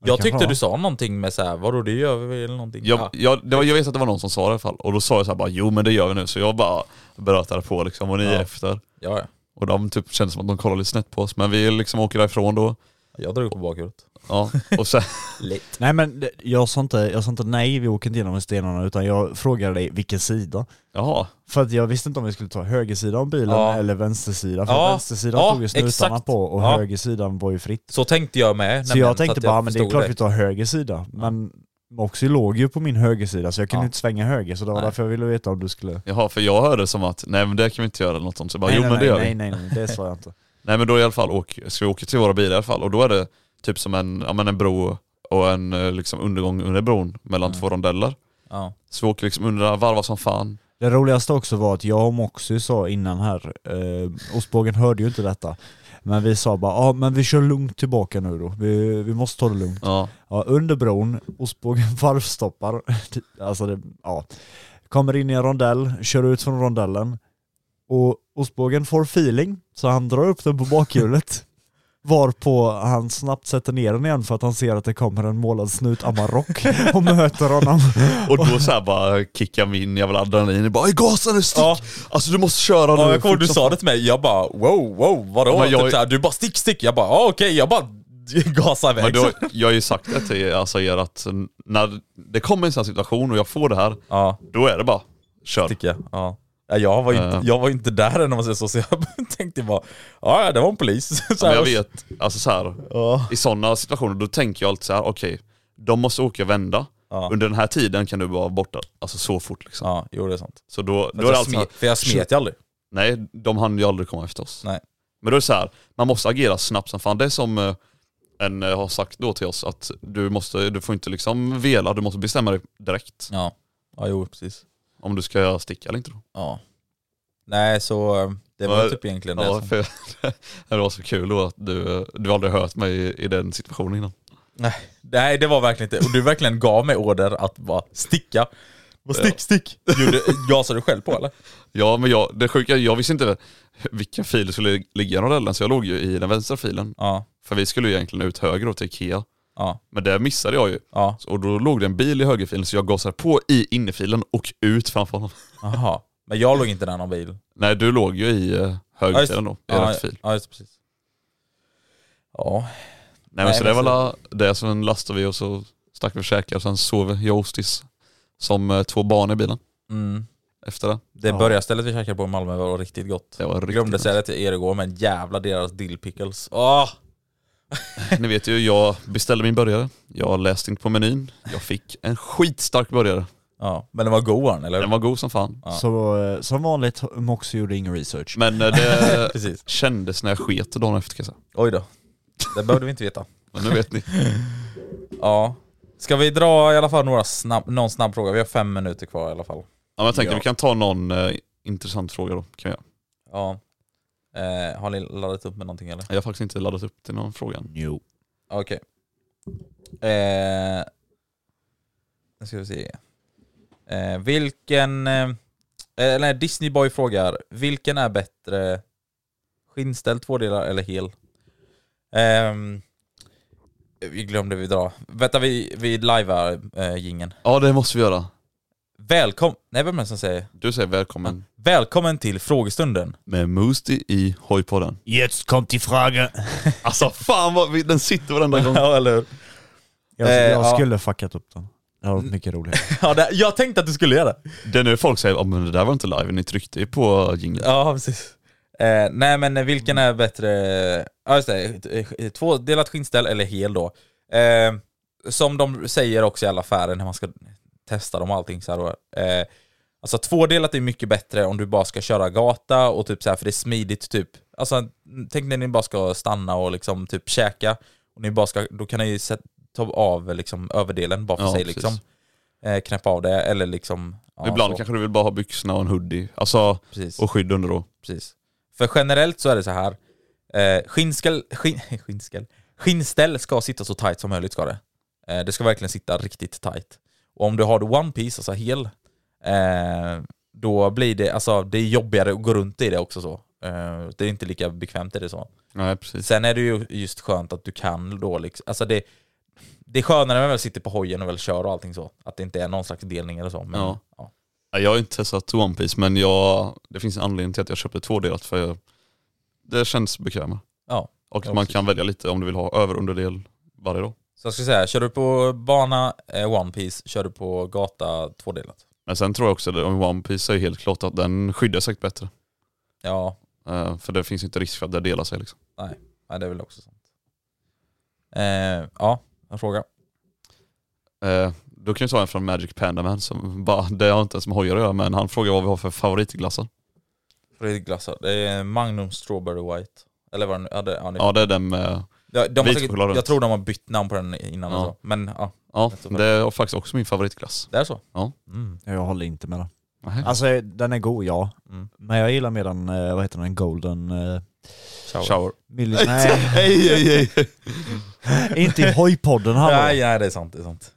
S1: Jag
S3: Det
S1: tyckte
S3: kanske
S1: du sa någonting med såhär, vadå det gör vi väl?" eller någonting?
S2: Jag,
S1: Ja.
S2: jag, det var, jag vet att det var någon som sa det i alla fall. Och då sa jag så här bara, jo men det gör vi nu. Så jag bara brötade på liksom och ni är
S1: Ja.
S2: efter.
S1: ja, ja.
S2: Och de typ kändes som att de kollade lite snett på oss. Men vi liksom åker därifrån då.
S1: Jag drog på bakhjulet.
S2: Ja, och sen,
S1: Lite.
S3: Nej men det- jag sa inte, jag sa inte nej, vi åker inte genom stenarna utan jag frågade dig vilken sida.
S2: jaha.
S3: För att jag visste inte om vi skulle ta högersidan av bilen
S1: Ja.
S3: eller vänstersida. För
S1: Ja,
S3: vänstersidan
S1: ja,
S3: tog ju snutarna
S1: exakt.
S3: på och
S1: Ja.
S3: högersidan var ju fritt.
S1: Så tänkte jag med.
S3: Så jag tänkte
S1: att
S3: bara, men det är
S1: förstod
S3: klart vi tar höger sida. Men Moxie låg ju på min högersida så jag kunde
S1: Ja.
S3: inte svänga höger så det var
S1: Nej.
S3: därför jag ville veta om du skulle...
S2: Jaha, för jag hörde som att nej men det kan vi inte göra eller något sånt. Så jag bara,
S3: nej,
S2: jo
S3: nej,
S2: men det
S3: nej,
S2: gör vi.
S3: nej, nej, nej, det sa jag inte.
S2: Nej men då i alla fall åk, ska vi åka till våra bilar i alla fall och då är det typ som en, ja, men en bro och en eh, liksom, undergång under bron mellan två rondeller.
S1: Mm. Ja.
S2: Så vi åker liksom under, varvar som fan.
S3: Det roligaste också var att jag och Moxie sa innan här, eh, ostbågen hörde ju inte detta, men vi sa bara ja ah, men vi kör lugnt tillbaka nu då, vi, vi måste ta det lugnt.
S2: Ja.
S3: Ja, under bron, ostbågen varvstoppar, alltså det, ja. Kommer in i en rondell, kör ut från rondellen och ostbågen får feeling så han drar upp den på bakhjulet varpå han snabbt sätter ner den igen för att han ser att det kommer en målad snut Amarok och möter honom.
S2: Och då så här bara kickar min jävla adrenalin. Jag Bara, "I gasen nu stick!
S1: Ja.
S2: Alltså du måste köra nu.
S1: Ja, jag kommer ihåg
S2: fort
S1: du
S2: som
S1: sa det till mig, jag bara wow, wow, vadå?
S2: Ja, men jag-
S1: typ så här, du bara stick, stick. Jag bara ah, okej, jag bara gasar
S2: Men
S1: iväg.
S2: då, jag har ju sagt det till alltså, er att när det kommer en sån här situation och jag får det här,
S1: Ja,
S2: då är det bara kör.
S1: tycker jag. Ja. Ja, Jag var, ju inte,
S2: Ja.
S1: jag var ju inte där än om man säger så, så jag tänkte bara, "Ah, ja ja, det var en polis. Så
S2: Men
S1: här,
S2: jag vet, alltså så här,
S1: Ja.
S2: i sådana situationer då tänker jag alltid så här: okej, de måste åka och vända.
S1: Ja.
S2: Under den här tiden kan du vara borta, alltså så fort liksom.
S1: Ja, jo det är sant.
S2: Så då,
S1: För,
S2: då är
S1: jag,
S2: det alltså- alltid
S1: smet, för jag smet ju aldrig.
S2: nej de hann ju aldrig komma efter oss.
S1: Nej.
S2: Men då är det så här, man måste agera snabbt som fan. Det är som eh, en eh, har sagt då till oss att du, måste, du får inte liksom vela, du måste bestämma dig direkt.
S1: Ja. ja, jo precis.
S2: Om du ska sticka eller inte då.
S1: Ja. Nej, så eh, det var
S2: Ja,
S1: typ egentligen det
S2: Ja,
S1: som...
S2: för, det var så kul då att du, eh, du aldrig hört mig i, i den situationen innan.
S1: Nej. Nej, det var verkligen inte. Och du verkligen gav mig order att bara sticka. Bara, stick, stick. Gjorde, gasade du själv på eller?
S2: Ja men jag, det sjuka, jag visste inte vilken fil det skulle ligga i rondellen så jag låg ju i den vänstra filen.
S1: Ja.
S2: För vi skulle ju egentligen ut höger då till Ikea.
S1: Ja.
S2: Men det missade jag ju.
S1: Ja.
S2: Så- Och då låg det en bil i högerfilen så jag gasade på i innerfilen och ut framför honom.
S1: Jaha. Men jag låg inte där någon bil.
S2: Nej du låg ju i eh,
S1: just-
S2: högerfilen då, i
S1: ja,
S2: rätt fil.
S1: Ja, just precis. Ja.
S2: Nej men
S1: nej,
S2: så det
S1: men
S2: var la, det, sen lastade vi och så stack vi och käkade och sen sov jag och Ostis som eh, två barn i bilen
S1: Mm.
S2: efter det.
S1: Det burgarstället vi käkade på i Malmö var riktigt gott.
S2: Det var riktigt
S1: Glömde
S2: nice.
S1: säga det till er igår, men jävla deras dill pickles. Ah! Åh!
S2: Ni vet ju, jag beställde min burgare. Jag läste inte på menyn. Jag fick en skitstark burgare.
S1: Ja, men den var god var den, eller hur?
S2: Den var god som fan.
S1: Ja.
S3: Så eh, som vanligt, Moxie gjorde ingen research.
S2: Men eh, det
S1: Precis.
S2: kändes när jag sket dagen efter kan jag säga.
S1: Oj då. Det behövde vi inte veta.
S2: Men nu vet ni.
S1: Ja. Ska vi dra i alla fall några snabb, någon snabb fråga? Vi har fem minuter kvar i alla fall.
S2: Ja, men jag tänkte
S1: Ja.
S2: vi kan ta någon eh, intressant fråga då. Kan jag.
S1: Ja. Eh, har ni laddat upp med någonting eller?
S2: jag har faktiskt inte laddat upp till någon fråga än.
S3: Jo.
S1: Okej. Eh, nu ska vi se. Eh, vilken... Eh, eller nej, Disney Boy frågar, vilken är bättre? Skinnställ, tvådelar eller hel? Ehm, vi glömde vi dra. Vänta, vi, vi livear eh, gingen.
S2: Ja det måste vi göra.
S1: Välkommen... Nej, vem är det som säger?
S2: Du säger välkommen
S1: Välkommen till frågestunden.
S2: med Moosty i Hojpodden.
S3: Jetzt kommt die
S1: Eh,
S3: Frage.
S2: Alltså fan vad vi, den sitter varenda gång.
S1: Ja, eller hur?
S3: Jag,
S1: Eh,
S3: jag
S1: ja. Mm.
S3: skulle fuckat upp den. Det hade varit mycket roligare.
S1: Ja, det, jag tänkte att du skulle göra det.
S2: Det är nu folk säger oh, men det där var inte live, ni tryckte ju på jingeln.
S1: Ja, precis. Eh, nej, men vilken är bättre? Ja, just det. Tvådelat skinnställ eller hel då. Eh, som de säger också i alla affärer när man ska testa dem och allting så här då. Eh, alltså tvådelat är mycket bättre om du bara ska köra gata och typ så här, för det är smidigt typ. Alltså n- tänk när ni bara ska stanna och liksom typ käka. Och ni bara ska, då kan ni ju sätt- ta av liksom överdelen bara för
S2: Ja,
S1: sig
S2: precis.
S1: liksom. Eh, knäppa av det eller liksom. Ja,
S2: Ibland
S1: så.
S2: kanske du vill bara ha byxorna och en hoodie. Alltså,
S1: Precis.
S2: och skydd under då.
S1: Precis. För generellt så är det så här. Eh, skinnskäll, skin, skinnskäll, skinnställ ska sitta så tight som möjligt. ska Det eh, Det ska verkligen sitta riktigt tight. Och om du har det one piece, alltså hel, eh, då blir det, alltså, det är jobbigare att gå runt i det också. så. Eh, det är inte lika bekvämt i det så.
S2: Nej precis.
S1: Sen är det ju just skönt att du kan då liksom, alltså det, det är skönare när man väl sitter på hojen och väl kör och allting så. Att det inte är någon slags delning eller så. Men,
S2: Ja.
S1: ja.
S2: Ja, Jag har inte testat One Piece men jag, det finns en anledning till att jag köpte tvådelat för jag, det känns bekvämare.
S1: Ja.
S2: Och
S1: Ja,
S2: man
S1: precis.
S2: kan välja lite om du vill ha över underdel, varje dag.
S1: Så jag skulle säga, kör du på bana eh, One Piece, kör du på gata tvådelat.
S2: Men sen tror jag också att om One Piece är helt klart att den skyddar sig bättre.
S1: Ja,
S2: Eh, för det finns inte risk för att det delar sig liksom.
S1: nej, det är väl också sant. Eh, ja, en fråga.
S2: Eh, då kan jag ta en från Magic Panda Man som bara, det har inte ens med hojar att göra men han frågar vad vi har för favoritglassar.
S1: Fredrikglassar, det är Magnum Strawberry White. Eller vad det nu ja, det, ja, det,
S2: Ja det är den med,
S1: ja, de har
S2: vit
S1: säkert,
S2: choklad runt.
S1: Jag tror de har bytt namn på den innan
S2: Ja.
S1: och så. Men ja,
S2: ja
S1: Jag tror
S2: det är faktiskt också min favoritglass.
S1: det är så.
S2: Ja.
S1: Mm.
S3: Jag håller inte med den.
S2: Nähä.
S3: Alltså eh, den är god ja,
S1: Mm.
S3: men jag gillar mer den, eh, vad heter den, golden... eh,
S1: Shower.
S2: Shower.
S3: Milli- nej,
S2: Hej hej hej!
S3: inte i hojpodden hallå.
S1: Nej, nej, det är sant. Det är sant.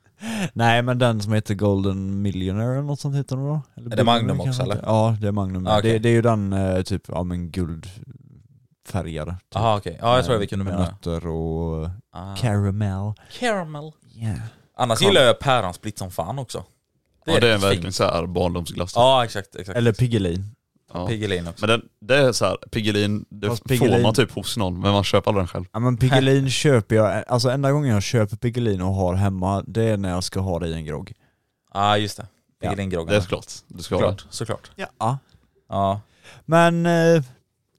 S3: Nej men den som heter golden millionaire eller något sånt heter den då? Eller
S1: Är det
S3: Billionaire
S1: Magnum
S3: kanske
S1: också,
S3: inte.
S1: eller?
S3: Ja det är Magnum.
S1: Ah, okej.
S3: det, det är ju den eh, typ, ja men guldfärgade. Typ.
S1: Jaha okej, ja jag tror jag vilken du
S3: Med
S1: menar.
S3: Nötter och eh,
S1: Ah.
S3: caramel.
S1: Caramel.
S3: Yeah.
S1: Annars
S2: Kom.
S1: gillar jag päronsplit som fan också.
S2: Ja det är en
S1: riktigt
S2: verkligen
S1: fint.
S2: såhär barndomsglass. typ.
S1: Ja exakt, exakt.
S3: Eller Piggelin.
S2: Ja.
S1: Piggelin också.
S2: Men den, det är så här, Piggelin, det
S3: Fast
S2: får
S3: Piggelin-
S2: man typ hos någon men man köper aldrig den själv.
S3: Ja men Piggelin köper jag, alltså enda gången jag köper Piggelin och har hemma, det är när jag ska ha det i en grogg.
S1: Ja just det. Piggelingroggarna.
S2: Det är klart. Du ska ha den.
S1: såklart. såklart.
S3: Ja.
S1: Ja
S3: Men eh,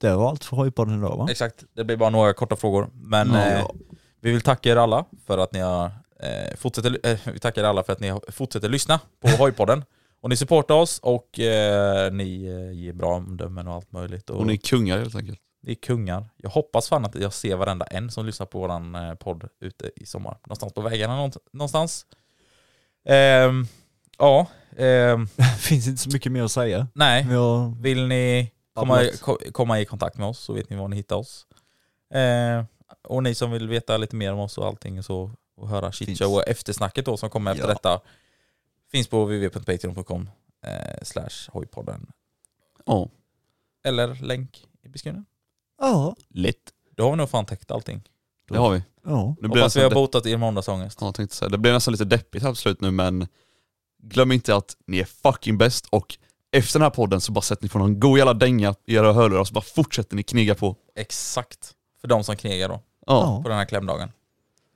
S3: det var allt för hojpodden idag va?
S1: exakt, det blir bara några korta frågor. Men
S2: Ja.
S1: eh, vi vill tacka er alla för att ni har eh, fortsätter, eh, vi tackar er alla för att ni har- fortsätter lyssna på Hojpodden. Och ni supportar oss och eh, ni eh, ger bra omdömen och allt möjligt. Och,
S2: Och ni är kungar helt enkelt.
S1: ni är kungar. Jag hoppas fan att jag ser varenda en som lyssnar på våran eh, podd ute i sommar. Någonstans på vägarna nånt- någonstans. Ehm, ja, ehm,
S3: Finns inte så mycket mer att säga.
S1: nej.
S3: Jag
S1: Vill ni komma, ko- komma i kontakt med oss så vet ni var ni hittar oss. Eh, och ni som vill veta lite mer om oss och allting så, och höra
S2: Finns.
S1: chitcha och eftersnacket då som kommer efter
S2: Ja.
S1: detta finns på www.patreon.com eh, slash hojpodden.
S2: Ja.
S1: Eller länk i beskrivningen.
S3: Ja.
S2: Lätt.
S1: Då har vi nog fan täckt allting.
S2: Det har vi.
S3: Ja.
S2: Nu blir det
S1: Hoppas vi har
S2: nästan, depp-
S1: botat er måndagsångest.
S2: ja, jag tänkte säga. det blir nästan lite deppigt här på slut nu men glöm inte att ni är fucking bäst och efter den här podden så bara sätter ni på någon god jävla dänga i era hörlurar och så bara fortsätter ni kniga på.
S1: Exakt. För de som knegar då,
S2: Ja,
S1: på den här klämdagen.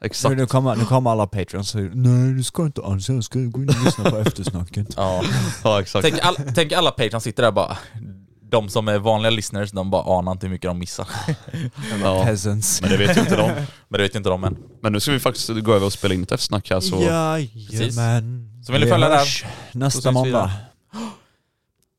S2: exakt.
S3: Nu, nu, kommer, nu kommer alla patrons och säger nej du ska inte alls, jag ska gå in och lyssna på eftersnacket.
S1: Ja.
S2: Ja, exakt.
S1: tänk, all, tänk alla patrons sitter där bara, de som är vanliga listeners, de bara anar inte hur mycket de missar.
S2: Ja.
S3: Peasants.
S2: Men det vet ju inte de.
S1: Men det vet ju inte de än.
S2: Men nu ska vi faktiskt gå över och spela in ett eftersnack här så
S3: Jajamän.
S1: Så vill ni följa
S3: Vi
S1: det här?
S3: hörs
S1: Så
S3: Nästa
S1: syns vi
S3: måndag.
S1: där.